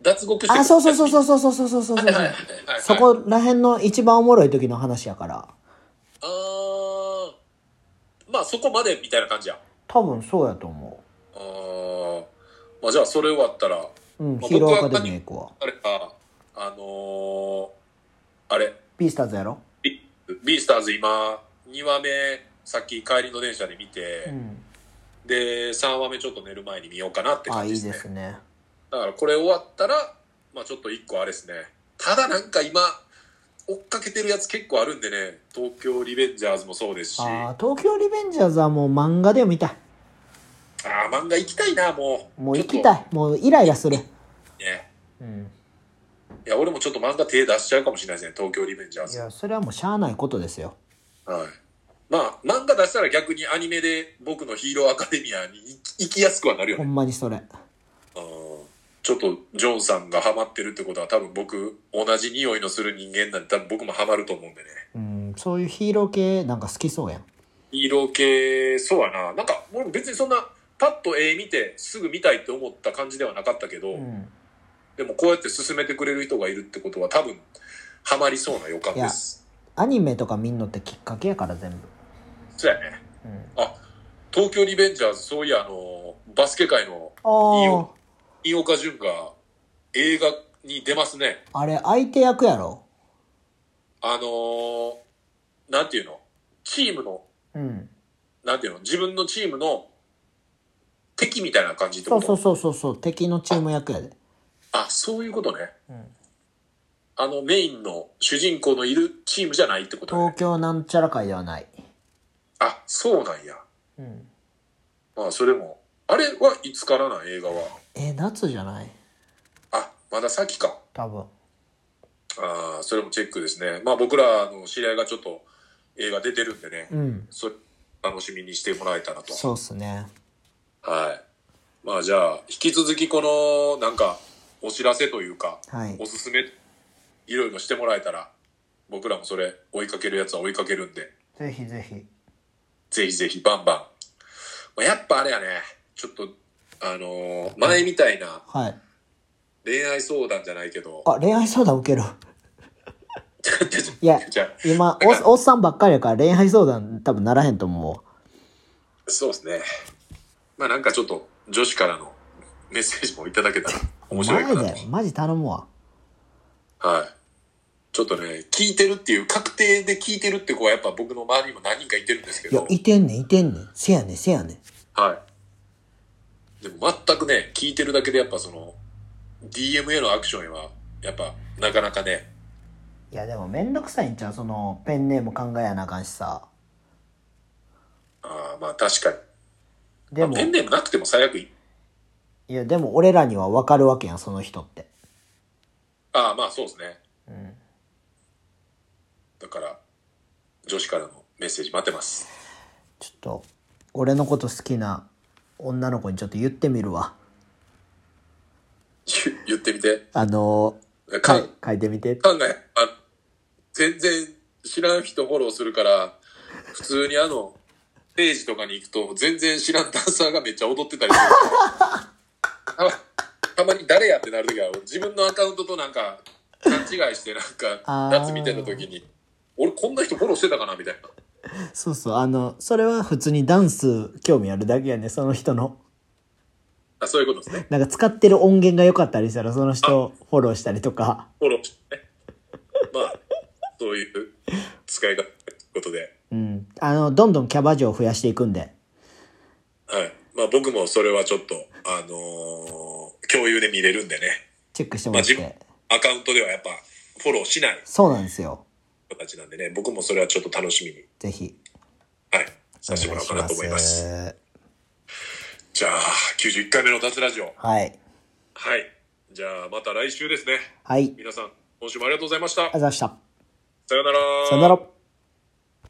S2: 脱獄してくるやつ
S1: そうそうそうそうそうそうそうそうそう
S2: はいはいはいはい。
S1: そこら辺の一番おもろい時の話やから。
S2: あーまあそこまでみたいな感じや。
S1: 多分そうやと思
S2: あーまあじゃあそれ終わったら、
S1: う。うん、
S2: まあ
S1: ヒーローアカデミー行くわ。
S2: あれか、あのーあれ、
S1: ビースターズやろ
S2: ビビースターズ今、2話目、さっき帰りの電車で見
S1: う
S2: て、
S1: ん。
S2: で、3話目ちょっと寝る前に見ようかなって
S1: あ、
S2: 感
S1: い
S2: じ
S1: い
S2: ですね。
S1: ですね。
S2: だからこれ終わったら、まあちょっと1個あれですね。ただなんか今、追っかけてるやつ結構あるんでね、東京リベンジャーズもそうですし、
S1: あ
S2: あ
S1: あ、東京リベンジャーズはもう漫画で見たい。
S2: あー、漫画行きたいな、もう。
S1: もう行きた
S2: ちょ
S1: い。もうイライラする。
S2: っとね
S1: うん。
S2: いや、俺もちょっと漫画手出しちゃうかもしれないですね、東京リベンジャー
S1: い
S2: ズ。
S1: や、それはもうしゃあないことですよ。
S2: はい。まあ、漫画出したら逆にアニメで僕のヒーローアカデミアに行き行きやすくはなるよ
S1: ほ
S2: ね。
S1: んまにそれ。
S2: うんちょっとジョンさんがハマってるってことは多分僕、同じ匂いのする人間なんで多分僕もハマると思うんでね。
S1: うん、そういうヒーロー系なんか好きそうやん。
S2: ヒーロー系、そうやな。なんか、俺も別にそんな、パッと絵見てすぐ見たいって思った感じではなかったけど、
S1: うん。
S2: でもこうやって進めてくれる人がいるってことは多分、ハマりそうな予感です。
S1: アニメとか見んのってきっかけやから全部。
S2: そうやね。
S1: うん。
S2: 東京リベンジャーズ、そういや、あの、バスケ界のいい
S1: あ
S2: よ井岡潤が映画に出ますね。
S1: あ、あれ相手役やろ
S2: あのーなんていうのチームの、
S1: うん。
S2: なんていうの自分のチームの敵みたいな感じって
S1: そう
S2: こと
S1: そうそうそうそう、敵のチーム役やで。
S2: あ、そういうことね。
S1: うん
S2: あの、メインの主人公のいるチームじゃないってことね
S1: 東。京なんちゃら会ではない。
S2: あ、そうなんや。
S1: うん。
S2: まあ、それも。あれはいつからなん映画は。
S1: え、夏じゃない
S2: あ、まだ先か。
S1: 多分。
S2: ああ、それもチェックですね。まあ、僕らの知り合いがちょっと映画出てるんでね。
S1: うん。
S2: それ、楽しみにしてもらえたらと。
S1: そうっすね。
S2: はい。まあじゃあ、引き続きこの、なんか、お知らせというか、
S1: はい
S2: お。すすめ、いろいろしてもらえたら、僕らもそれ、追いかけるやつは追いかけるんで、
S1: ぜひぜひ。
S2: ぜひぜひバンバン。まあ、やっぱあれやね、ちょっと、あのー前みたいな
S1: はい。
S2: 恋愛相談じゃないけど、
S1: あ、恋愛相談受ける。いや
S2: <laughs> じゃあ
S1: 今お、お <laughs> っさんばっかりやから恋愛相談多分ならへんと思うわ。
S2: そうですね。まあなんかちょっと、女子からのメッセージもいただけたら面白いかな
S1: マ
S2: と
S1: ジ。で、マジ頼むわ。
S2: はい。ちょっとね、聞いてるっていう、確定で聞いてるって子はやっぱ僕の周りにも何人かいてるんですけ
S1: いや
S2: ど、、
S1: いてんねん、いてんねん。せやねん、せやねん。
S2: はい。でも全くね、聞いてるだけでやっぱその、DMA のアクションへは、やっぱなかなかね、
S1: いや、でもめんどくさいんちゃうその、ペンネーム考えやなあかんしさ。
S2: あーまあ確かに。
S1: で
S2: ま
S1: も
S2: あ、ペ、ンネームなくても最悪い。
S1: いや、でも俺らにはわかるわけやん、その人って。
S2: ああ、まあそうですね。
S1: うん。
S2: だから、女子からのメッセージ待ってます。 <laughs>
S1: ちょっと、俺のこと好きな女の子にちょっと言ってみるわ。
S2: 言言ってみて。
S1: あのー、
S2: か
S1: か書いてみて。
S2: 考え、あ、全然知らん人フォローするから、普通にあの、ステージとかに行くと、全然知らんダンサーがめっちゃ踊ってたりする。たたまに誰やってなるときは、自分のアカウントとなんか、勘違いしてなん
S1: あ
S2: か、
S1: ー
S2: 夏見てたときに、俺こんな人フォローしてたかなみたいな。
S1: そうそう、あの、それは普通にダンス興味あるだけやね、その人の。
S2: あそういうことですね。
S1: なんか使ってる音源が良かったりしたら、その人をフォローしたりとか。
S2: フォローしてね。まあ、そういう使い方ということで。
S1: うん。あの、どんどんキャバ嬢を増やしていくんで。
S2: はい。まあ僕もそれはちょっと、あのー共有で見れるんでね。
S1: チェックしても
S2: まあ
S1: らっ
S2: 自分
S1: て。
S2: アカウントではやっぱフォローしない
S1: そうなんですよ。
S2: 人たちなんでね、僕もそれはちょっと楽しみに、
S1: ぜひ。
S2: はい、させてもらおうかなと思います。
S1: お願いします
S2: じゃあ、91回目の脱ラジオ。
S1: はい。
S2: はい。じゃあ、また来週ですね。
S1: はい。ありがとう
S2: 皆さん、今週もありがとうございました。
S1: ございました。
S2: さようなら。
S1: さよなら。